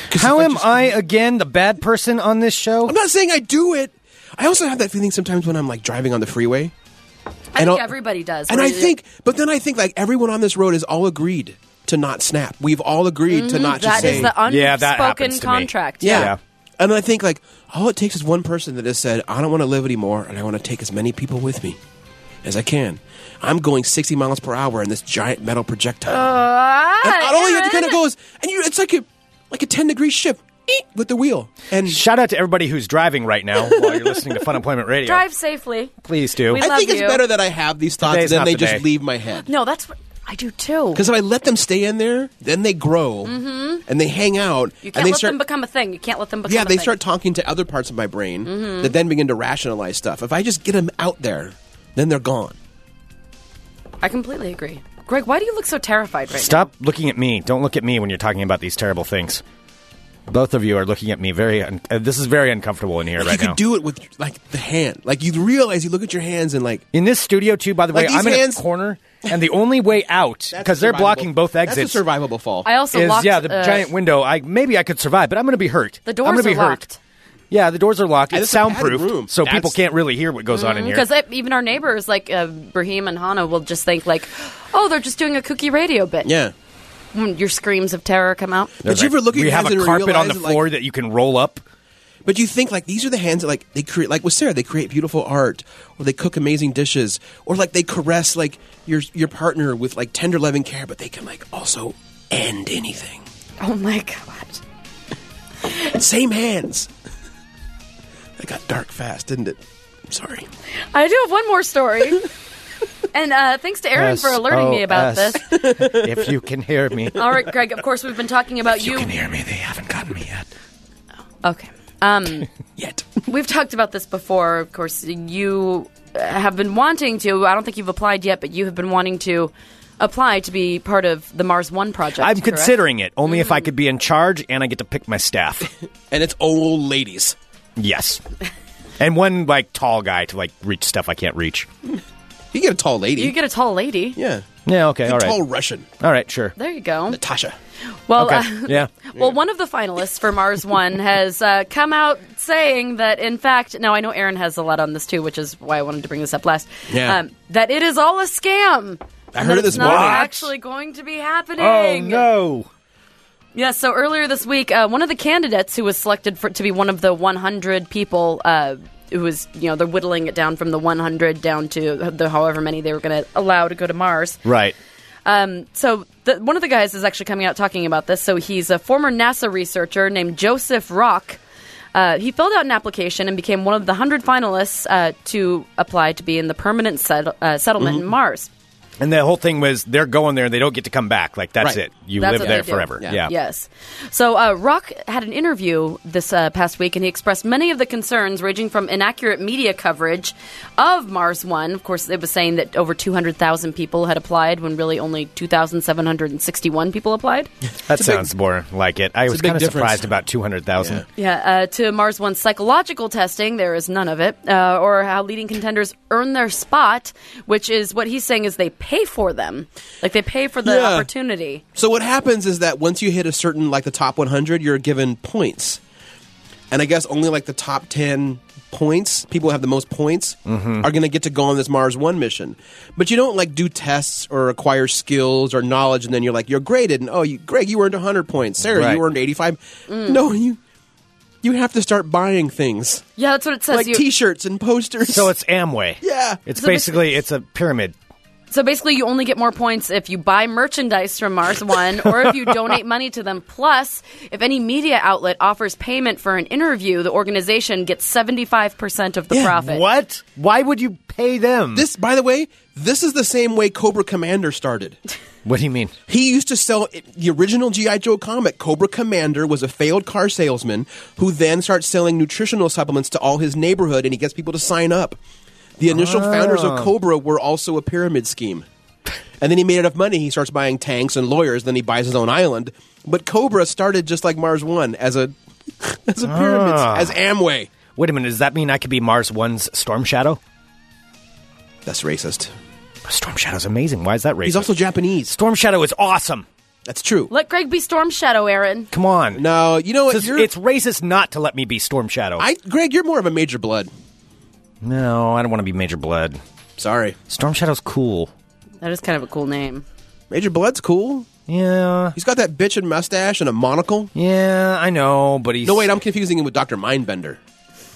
H: 'cause
F: How
H: if
F: am
H: just-
F: I again the bad person on this show?
H: I'm not saying I do it. I also have that feeling sometimes when I'm like driving on the freeway,
G: I think
H: I'll-
G: everybody does.
H: and
G: where
H: I
G: you-
H: think, but then I think like everyone on this road has all agreed to not snap. We've all agreed to not just
G: Mm-hmm. that
H: say
G: is the unspoken
F: Yeah, that happens to me.
G: contract.
H: yeah.
F: Yeah.
H: And I think like all it takes is one person that has said, I don't want to live anymore, and I want to take as many people with me as I can. I'm going 60 miles per hour in this giant metal projectile. And
G: Ah,
H: I don't think it
G: Aaron!
H: kind of goes, and you, it's like a like a ten degree shift eek, with the wheel, and
F: Shout out to everybody who's driving right now while you're listening to Fun Employment Radio.
G: Drive safely.
F: Please do.
G: We
H: I
G: love
H: think it's
G: you.
H: better that I have these thoughts
F: Today's
H: than
F: not
H: they
F: the day.
H: just leave my head.
G: No, that's what I do too.
H: Because if I let them stay in there, then they grow and they hang out.
G: Mm-hmm. You can't
H: and they
G: let
H: start,
G: them become a thing. You can't let them become.
H: Yeah,
G: a
H: they
G: thing.
H: start talking to other parts of my brain
G: Mm-hmm.
H: that then begin to rationalize stuff. If I just get them out there, then they're gone.
G: I completely agree. Greg, why do you look so terrified right
F: Stop looking at me. Don't look at me when you're talking about these terrible things. Both of you are looking at me very. Un- uh, this is very uncomfortable in here
H: you
F: right
H: could
F: now.
H: do it with like the hand. Like you realize you look at your hands and like
F: in this studio, too, by the
H: Like
F: way,
H: these
F: I'm
H: hands-
F: in a corner, and the only way out because they're
H: survivable-
F: blocking both exits.
H: That's a survivable fall.
G: now? I also
F: is
G: locked.
F: yeah, the
G: uh,
F: giant window. I maybe I could survive, but I'm going to be hurt.
G: The
F: I'm
G: doors
F: gonna
G: are
F: be hurt.
G: locked
F: Yeah, the doors are locked.
H: And
F: it's
H: it's a padded
F: soundproof,
H: room.
F: so people
H: That's-
F: can't really hear what goes on in here.
G: because even our neighbors, like uh, Brahim and Hana, will just think like, "Oh, they're just doing a kooky radio bit."
H: yeah.
G: Mm, your screams of terror come out.
F: They're
H: Did you ever look at
F: we
H: your
F: have
H: hands
F: a
H: and
F: carpet on the
H: realize, like-
F: floor that you can roll up?
H: But you think like these are the hands that like they create like with Sarah they create beautiful art or they cook amazing dishes or like they caress like your your partner with like tender loving care but they can like also end anything.
G: Oh my god!
H: Same hands. That got dark fast, didn't it? I'm sorry.
G: I do have one more story, and uh, thanks to Aaron for alerting me about this.
F: if you can hear me,
G: All right, Greg. Of course, we've been talking about you.
F: hear me. They haven't gotten me yet.
G: Okay. Um,
H: Yet.
G: we've talked about this before. Of course, you uh, have been wanting to. I don't think you've applied yet, but you have been wanting to apply to be part of the Mars One project.
F: I'm
G: correct?
F: considering it only if I could be in charge and I get to pick my staff.
H: and it's old ladies.
F: yes, and one like tall guy to like reach stuff I can't reach.
H: You get a tall lady.
G: You get a tall lady.
H: yeah.
F: Yeah. Okay.
H: A
F: All
H: tall
F: right.
H: Russian.
F: All right. Sure.
G: There you go.
H: Natasha.
G: Well,
F: Okay.
G: uh,
F: Yeah.
G: well, one of the finalists for Mars One has uh, come out saying that, in fact, now I know Aaron has a lot on this too, which is why I wanted to bring this up last. um,
H: Yeah.
G: that it is all a scam.
H: I
G: And
H: heard
G: that
H: it this
G: it's not
H: morning.
G: actually going to be happening.
F: Oh no.
G: Yes, so earlier this week, uh, one of the candidates who was selected for, to be one of the 100 people uh, who was, you know, they're whittling it down from the 100 down to the however many they were going to allow to go to Mars.
F: Right.
G: Um, so the, one of the guys is actually coming out talking about this. So he's a former NASA researcher named Joseph Rock. Uh, he filled out an application and became one of the 100 finalists uh, to apply to be in the permanent settle, uh, settlement in Mars.
F: And the whole thing was they're going there. They don't get to come back. Like that's
H: Right.
F: it. You
G: That's
F: live
G: what
F: there
G: they do.
F: forever.
H: Yeah.
F: Yeah.
G: Yes. So uh, Rock had an interview this uh, past week, and he expressed many of the concerns ranging from inaccurate media coverage of Mars One. Of course, it was saying that over 200,000 people had applied when really only 2,761 people applied.
F: That sounds more like it. I was
H: big
F: kind of
H: difference.
F: surprised about two hundred thousand.
G: Yeah, uh, to Mars One's psychological testing, there is none of it, uh, or how leading contenders earn their spot, which is what he's saying is they pay for them, like they pay for the
H: Yeah.
G: opportunity.
H: So what happens is that once you hit a certain like the top 100, you're given points, and I guess only like the top 10 points, people who have the most points,
F: Mm-hmm.
H: are going to get to go on this Mars One mission. But you don't like do tests or acquire skills or knowledge, and then you're like you're graded, and oh, you, Greg, you earned 100 points, Sarah,
F: Right.
H: you earned 85. No, you you have to start buying things
G: Yeah, that's what it says.
H: like
G: You-
H: T-shirts and posters.
F: So it's Amway.
H: yeah,
F: It's
G: So
F: basically it's a pyramid.
G: So basically, you only get more points if you buy merchandise from Mars One or if you donate money to them. Plus, if any media outlet offers payment for an interview, the organization gets 75% of the profit.
F: What? Why would you pay them?
H: this. By the way, this is the same way Cobra Commander started.
F: what do you mean?
H: He used to sell the original G.I. Joe comic. Cobra Commander was a failed car salesman who then starts selling nutritional supplements to all his neighborhood and he gets people to sign up. The initial founders
F: Oh.
H: of Cobra were also a pyramid scheme. And then he made enough money, he starts buying tanks and lawyers, then he buys his own island. But Cobra started just like Mars One as a as a pyramid,
F: Ah.
H: as Amway.
F: Wait a minute. Does that mean I could be Mars One's Storm Shadow?
H: That's racist.
F: Storm Shadow's amazing. Why is that racist?
H: He's also Japanese.
F: Storm Shadow is awesome.
H: That's true.
G: Let Greg be Storm Shadow, Aaron.
F: Come on.
H: No, you know what?
F: It's,
H: You're,
F: it's racist not to let me be Storm Shadow.
H: I, Greg, you're more of a major blood.
F: no, I don't want to be Major Blood.
H: Sorry,
F: Storm Shadow's cool.
G: That is kind of a cool name.
H: major blood's cool.
F: Yeah.
H: He's got that bitchin' mustache and a monocle.
F: Yeah, I know, but he's.
H: No, wait, I'm confusing him with Dr. Mindbender.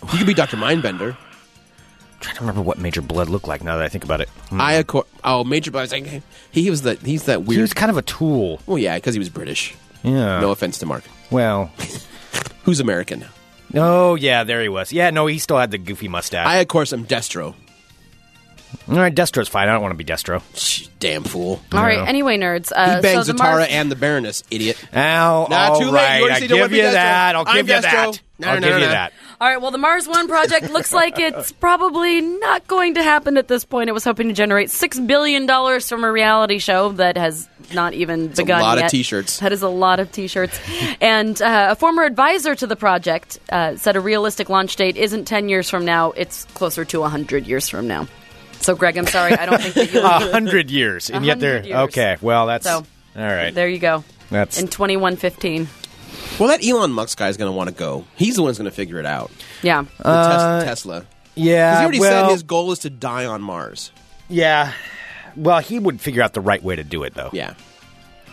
H: He could be Dr. Mindbender.
F: Hmm. trying to remember what Major Blood looked like now that I think about it. Hmm.
H: I, acco- oh, Major Blood. Like, he was the, he's that
F: he
H: weird.
F: was kind of a tool.
H: well, yeah, because he was British.
F: Yeah.
H: No offense to Mark,
F: Well.
H: who's American.
F: Oh yeah, there he was. Yeah, no, he still had the goofy mustache.
H: I, of course, am Destro.
F: All right, Destro's fine. I don't want to be Destro.
H: Shh, Damn fool.
G: All right. Anyway, nerds. Uh,
H: he bangs
G: so the
H: Zatara
G: Mars-
H: and the Baroness, idiot.
F: Ow,
H: Nah,
F: all
H: too late. You
F: right,
H: already
F: I'll
H: said you don't wanna
F: give
H: be
F: you
H: Destro.
F: that. I'll give
H: I'm
F: you
H: Destro.
F: that.
H: No,
F: I'll
H: no,
F: give
H: no,
F: you
H: no.
F: that.
G: All right. Well, the Mars One project looks like it's probably not going to happen at this point. It was hoping to generate six billion dollars from a reality show that has not even
H: a
G: begun.
H: lot of
G: yet.
H: t-shirts.
G: That is a lot of t-shirts. and uh, a former advisor to the project uh, said a realistic launch date isn't ten years from now. It's closer to hundred years from now. So, Greg, I'm sorry. I don't think that you.
F: A hundred years, and yet they're
G: 100 years.
F: okay. Well, that's
G: So,
F: all
H: Ah.
F: right.
G: There you go.
F: That's-
G: in 2115.
H: Well, that Elon Musk guy is going to want to go. He's the one who's going to figure it out.
G: Yeah.
H: The Tes- Tesla. 'Cause
F: Uh, yeah,
H: he already
F: well,
H: said his goal is to die on Mars.
F: yeah. Well, he would figure out the right way to do it, though.
H: Yeah.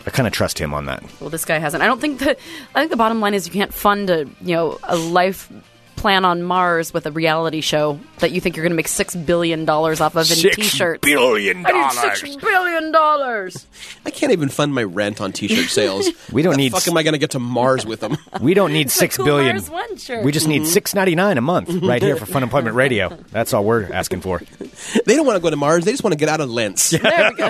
F: I kind of trust him on that.
G: Well, this guy hasn't. I don't think that. I think the bottom line is you can't fund a you know a life plan on Mars with a reality show that you think you're going to make six billion dollars off of in t-shirts.
F: billion
G: I need six billion dollars.
H: I can't even fund my rent on t-shirt sales.
F: We don't
H: How
F: need
H: The fuck am I going to get to Mars with them?
F: We don't need six
G: cool
F: billion.
G: Mars One shirt. Mm-hmm.
F: We just need six ninety nine a month right here for Fun Employment Radio. That's all we're asking for.
H: they don't want to go to Mars. They just want to get out of Lentz.
G: There we go.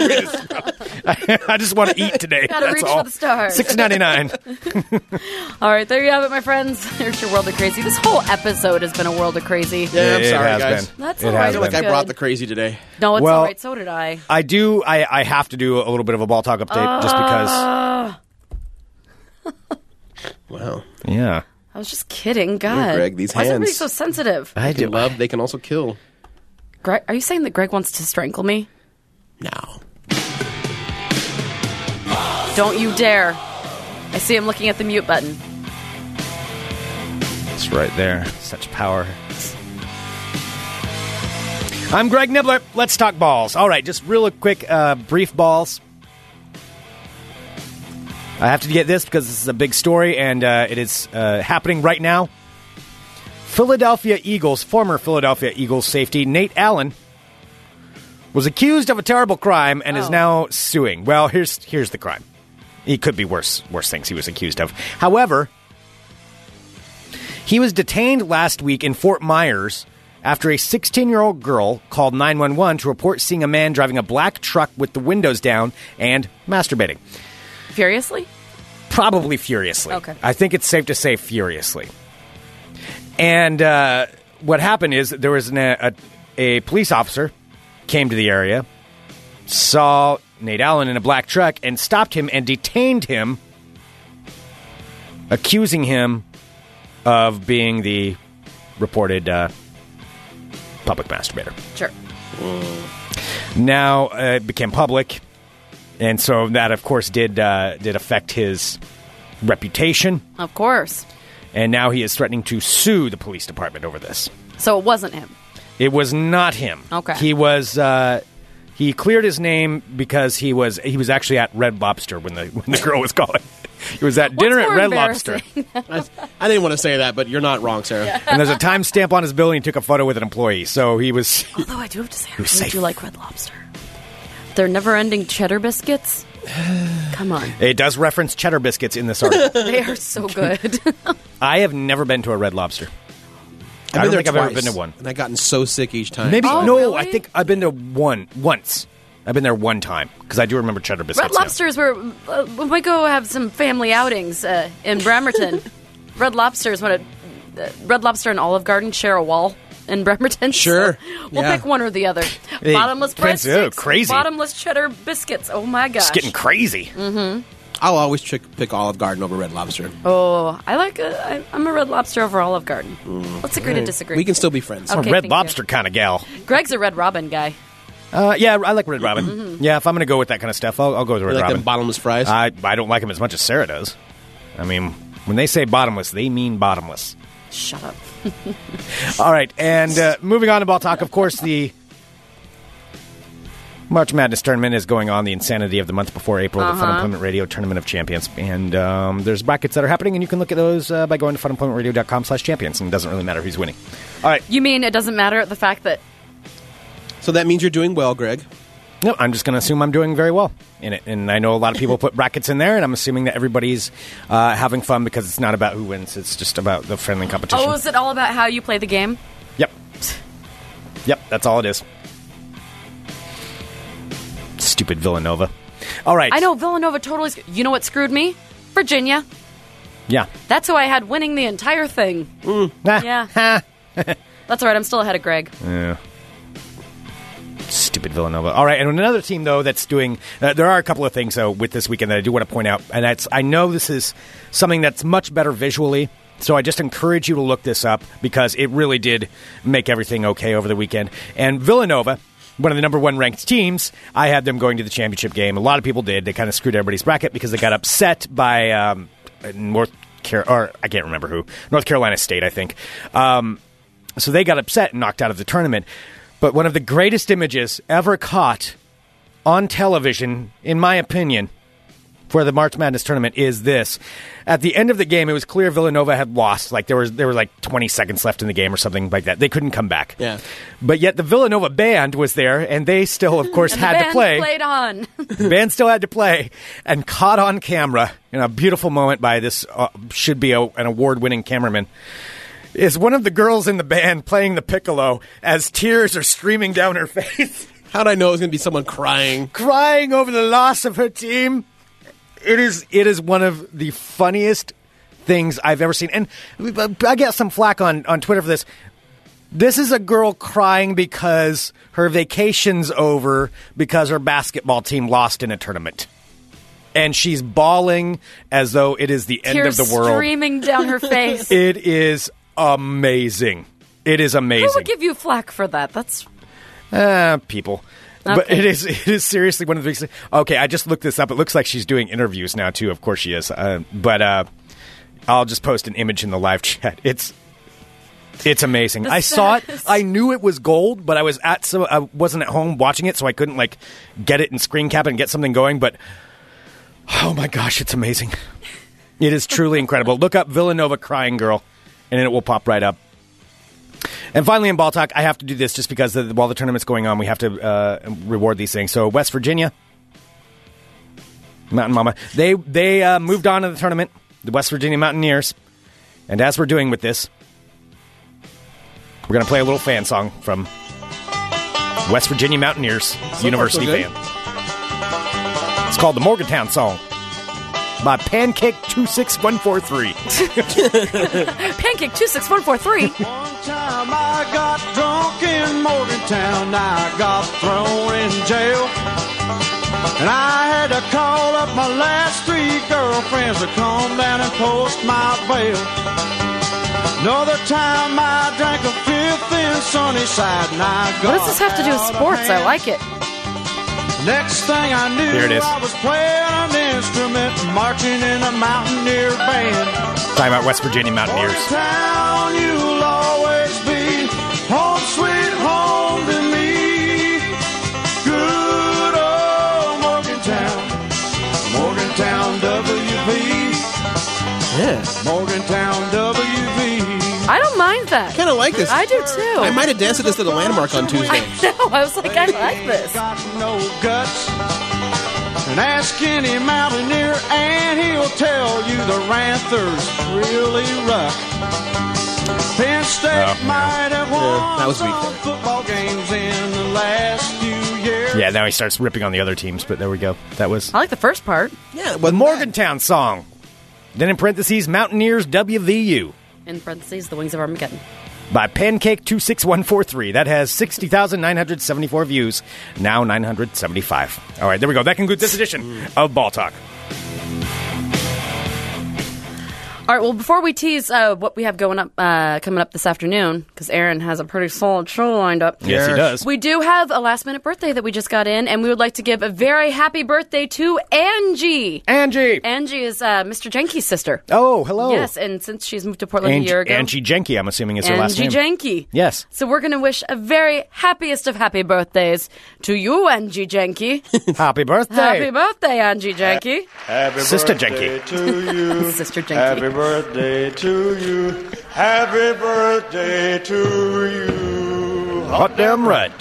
F: I just want to eat today.
G: Gotta
F: That's
G: reach
F: all.
G: for the stars.
F: Six ninety nine.
G: All right, there you have it, my friends. There's your world of crazy. This whole episode has been a world of crazy.
H: Yeah, I'm
F: it
H: sorry,
F: has
H: guys.
F: been.
G: That's
F: it
G: all
H: I
F: has
G: right.
H: feel
F: been.
H: like I
G: Good.
H: brought the crazy today.
G: No, it's
F: Well-
G: all right. So did I.
F: I do. I, I have to do a little bit of a ball talk update just
G: Uh-huh.
F: because.
G: Uh,
H: Wow.
F: Yeah.
G: I was just kidding. God,
H: Greg, these
G: Why is everybody
H: hands.
G: so sensitive?
H: I do. love, they can also kill.
G: Greg, are you saying that Greg wants to strangle me?
H: No.
G: Don't you dare. I see him looking at the mute button.
F: It's right there. Such power. I'm Greg Nibbler. Let's talk balls. All right, just real quick, uh, brief balls. I have to get this because this is a big story and uh, it is uh, happening right now. Philadelphia Eagles, former Philadelphia Eagles safety Nate Allen, was accused of a terrible crime and is
G: Oh.
F: now suing. Well, here's here's the crime. It could be worse worse things he was accused of. However, he was detained last week in Fort Myers after a 16 year old girl called 911 to report seeing a man driving a black truck with the windows down and masturbating.
G: Furiously?
F: Probably furiously.
G: Okay.
F: I think it's safe to say furiously. And uh, what happened is there was an, a, a police officer came to the area, saw Nate Allen in a black truck, and stopped him and detained him, accusing him of being the reported uh, public masturbator.
G: Sure.
F: Now uh, it became public, and so that, of course, did uh, did affect his reputation.
G: Of course.
F: And now he is threatening to sue the police department over this.
G: So it wasn't him.
F: It was not him.
G: Okay.
F: He was. Uh, he cleared his name because he was he was actually at Red Lobster when the when the girl was calling. He was at dinner at
G: more
F: Red Lobster,
H: I, I didn't want to say that, but you're not wrong, Sarah.
F: and there's a timestamp on his bill. And he took a photo with an employee, so he was.
G: Although I do have to say, I really
F: safe.
G: do like Red Lobster. Their never ending cheddar biscuits. Come on.
F: It does reference cheddar biscuits in this article.
G: They are so good.
F: I have never been to a Red Lobster.
H: I've
F: I
H: been
F: don't
H: there
F: think I've ever
H: twice,
F: been to one.
H: And I've gotten so sick each time.
F: Maybe
G: Oh,
F: no.
G: really?
F: I think I've been to one once. I've been there one time because I do remember cheddar biscuits.
G: Red
F: now.
G: Lobster is where uh, we might go have some family outings uh, in Bremerton. Red Lobster is when it, uh, Red Lobster and Olive Garden share a wall in Bremerton. so
H: Sure.
G: we'll
H: Yeah.
G: pick one or the other.
F: Hey,
G: bottomless
F: Prince, ew,
G: breadsticks,
F: crazy.
G: bottomless cheddar biscuits. Oh my gosh!
F: It's getting crazy.
H: I'll always trick, pick Olive Garden over Red Lobster.
G: oh, I like. A, I, I'm a Red Lobster over Olive Garden.
F: Mm.
G: Let's agree to disagree.
H: We can still be friends.
G: Okay.
F: a Red
G: thank you.
F: Lobster kind of gal.
G: Greg's a Red Robin guy.
F: Uh, yeah, I like Red Robin. Yeah, if I'm going to go with that kind of stuff, I'll, I'll go with Red
H: You like
F: Robin.
H: them bottomless fries?
F: I, I don't like him as much as Sarah does. I mean, when they say bottomless, they mean bottomless.
G: Shut up.
F: All right, and uh, moving on to ball talk. Of course, the March Madness tournament is going on. The insanity of the month before April, the Fun Employment Radio Tournament of Champions, and um, there's brackets that are happening, and you can look at those uh, by going to funemploymentradio.com/champions, and it doesn't really matter who's winning. All right,
G: You mean it doesn't matter the fact that
H: so that means you're doing well, Greg.
F: No, I'm just going to assume I'm doing very well in it, and I know a lot of people put brackets in there, and I'm assuming that everybody's uh, having fun because it's not about who wins; it's just about the friendly competition.
G: oh, is it all about how you play the game?
F: Yep, yep, that's all it is. Stupid Villanova. All right.
G: I know Villanova totally. sc- You know what screwed me? Virginia.
F: Yeah.
G: That's who I had winning the entire thing.
F: Nah.
G: Yeah. That's all right. I'm still ahead of Greg.
F: Stupid Villanova. All right, and another team though that's doing. Uh, there are a couple of things though with this weekend that I do want to point out, and that's I know this is something that's much better visually. So I just encourage you to look this up because it really did make everything okay over the weekend. And Villanova, one of the number one ranked teams, I had them going to the championship game. A lot of people did. They kind of screwed everybody's bracket because they got upset by um, North Car- or I can't remember who North Carolina State, I think. Um, so they got upset and knocked out of the tournament. But one of the greatest images ever caught on television, in my opinion, for the March Madness tournament is this. At the end of the game, it was clear Villanova had lost. Like there was there were like 20 seconds left in the game or something like that. They couldn't come back.
H: Yeah.
F: But yet the Villanova band was there, and they still, of course,
G: And
F: had
G: the band
F: to play
G: Played on.
F: the band still had to play and caught on camera in a beautiful moment by this uh, should be a, an award-winning cameraman is one of the girls in the band playing the piccolo as tears are streaming down her face
H: How'd I know it was going to be someone crying?
F: crying over the loss of her team it is it is one of the funniest things i've ever seen and i get some flack on on twitter for this this is a girl crying because her vacation's over because her basketball team lost in a tournament. And she's bawling as though it is the end of
G: Tears
F: the world.
G: streaming down her face.
F: It is amazing. It is
G: Who
F: amazing.
G: would give you flack for that? That's
F: Ah, people. But
G: Okay.
F: it is it is seriously one of the biggest. Okay, I just looked this up. It looks like she's doing interviews now too. Of course she is. Uh, but uh, I'll just post an image in the live chat. It's it's amazing. I saw it. I knew it was gold, but I was at so I wasn't at home watching it, so I couldn't like get it and screen cap it and get something going. But oh my gosh, it's amazing. It is truly incredible. Look up Villanova crying girl, and then it will pop right up. And finally, in ball talk, I have to do this just because the, while the tournament's going on, we have to uh, reward these things. So West Virginia, Mountain Mama, they they uh, moved on to the tournament, the West Virginia Mountaineers. And as we're doing with this, we're gonna play a little fan song from West Virginia Mountaineers University
H: so good.
F: Band. It's called the Morgantown Song by Pancake Two Six One Four Three.
G: pancake two six one four three.
I: One time I got drunk in Morgantown, I got thrown in jail. And I had to call up my last three girlfriends to come down and post my bail. Another time I drank a fifth in Sunnyside, and I got
G: What does this have to do with
I: out of
G: sports? I
I: hand.
G: like it.
I: Next thing I knew,
F: Here it is.
I: I was playing an instrument, marching in a mountaineer band.
F: Time out, West Virginia Mountaineers.
I: Town, you'll always be home, sweet home to me. Good old Morgantown, Morgantown WV,
H: Yeah.
I: Morgantown WV.
G: I don't mind that.
H: Kind of like this.
G: I do too.
H: I might have danced at this little landmark on Tuesday.
G: No, I was like, I like this.
I: Got no guts. And ask any mountaineer, and he'll tell you the Ranthers really rough. Penn State
F: Oh, man.
I: might have won
H: that was weak
I: some
H: there.
I: football games in the last few years.
F: Yeah, now he starts ripping on the other teams, but there we go. That was
G: I like the first part.
H: Yeah,
F: the
H: it wasn't bad.
F: Morgantown song. Then in parentheses, Mountaineers WVU
G: In parentheses, the wings of Armageddon.
F: by Pancake26143. That has 60,974 views, now 975. All right, there we go. That concludes this edition of Ball Talk.
G: All right. Well, before we tease uh, what we have going up, uh, coming up this afternoon, because Aaron has a pretty solid show lined up.
F: Yes, he does.
G: We do have a last minute birthday that we just got in, and we would like to give a very happy birthday to Angie.
F: Angie.
G: Angie is uh, Mr. Jenke's sister.
F: oh, hello.
G: Yes, and since she's moved to Portland a
F: Angie,
G: year ago,
F: Angie Jenke, I'm assuming is her last
G: Angie
F: name.
G: Jenke.
F: Yes.
G: So we're going to wish a very happiest of happy birthdays to you, Angie Jenke.
F: Happy birthday.
G: Happy birthday, Angie Jenke.
I: Happy
F: Sister
I: birthday to you.
G: Sister Jenke.
I: Happy birthday to you. Happy birthday to you.
F: Hot damn right.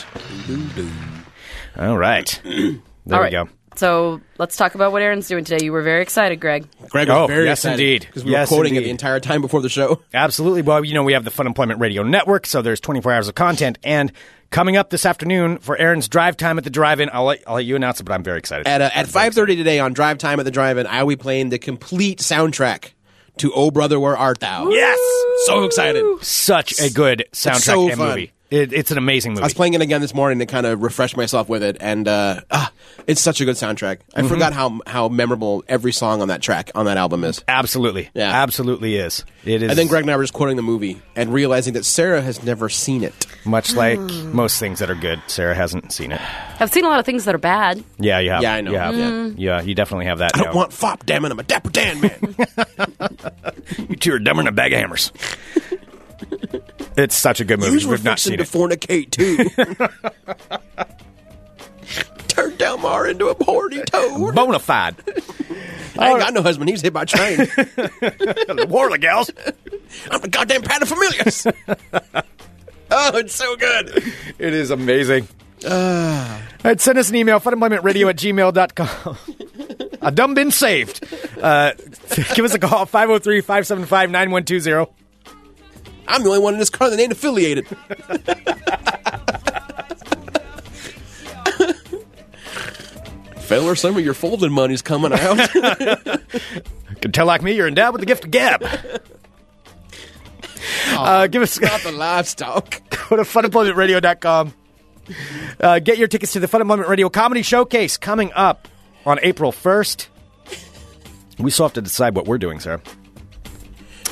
F: All right. There
G: All
F: we
G: right.
F: go.
G: So let's talk about what Aaron's doing today. You were very excited, Greg.
H: Greg was
F: Oh,
H: very
F: yes,
H: excited
F: indeed.
H: because we
F: Yes,
H: were quoting it
F: indeed.
H: the entire time before the show.
F: Absolutely. Well, you know, we have the Fun Employment Radio Network, so there's 24 hours of content. And coming up this afternoon for Aaron's drive time at the drive-in. I'll let, I'll let you announce it, but I'm very excited.
H: At uh, at five thirty today on Drive Time at the Drive-In, I'll be playing the complete soundtrack to Oh Brother Where Art Thou. Yes, so excited.
F: Such a good soundtrack
H: so
F: and
H: fun.
F: movie. It, it's an amazing movie.
H: I was playing it again this morning to kind of refresh myself with it, and uh, ah, it's such a good soundtrack. I
F: Mm-hmm.
H: forgot how how memorable every song on that track on that album is.
F: absolutely,
H: Yeah.
F: absolutely is. It is.
H: And then Greg and I were just quoting the movie and realizing that Sarah has never seen it.
F: much like most things that are good. Sarah hasn't seen it.
G: I've seen a lot of things that are bad.
F: Yeah, you have.
H: Yeah, I know.
F: You have.
H: Mm.
F: Yeah, you definitely have that.
H: I don't
F: down.
H: want fop, damn it! I'm a dapper Dan man.
F: you two are dumber than a bag of hammers. it's such a good movie.
H: Use were
F: We've not seen
H: fixing to
F: it.
H: fornicate too. Turn Delmar into a horny toad.
F: Bonafide.
H: I ain't got no husband. He was hit by a train.
F: Warla gals.
H: I'm the goddamn paterfamilias. oh, it's so good.
F: It is amazing. All right, send us an email, funemploymentradio at gmail.com. I've done been saved. Uh, give us a call, 503 575 9120.
H: I'm the only one in this car that ain't affiliated. Feller, some of your folding money's coming out.
F: Can tell like me you're endowed with the gift of gab. Uh, give us
H: Not the livestock.
F: go to funemploymentradio.com. Uh, get your tickets to the Fun Employment Radio Comedy Showcase coming up on April 1st. We still have to decide what we're doing, Sarah.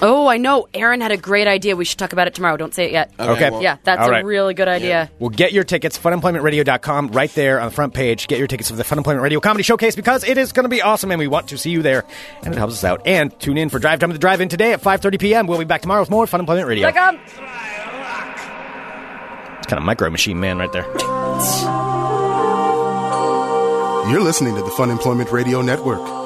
G: Oh, I know. Aaron had a great idea. We should talk about it tomorrow. Don't say it yet.
F: Okay.
H: well,
G: Yeah, that's
F: Oh. All
G: a
F: right.
G: really good idea.
F: Well, get your tickets, funemploymentradio.com, right there on the front page. Get your tickets for the Fun Employment Radio Comedy Showcase because it is going to be awesome and we want to see you there. And it helps us out. And tune in for Drive Time to the Drive In today at 5.30 p.m. We'll be back tomorrow with more Fun Employment Radio.
G: Like, um,
F: It's kind of micro machine man right there.
A: You're listening to the Fun Employment Radio Network.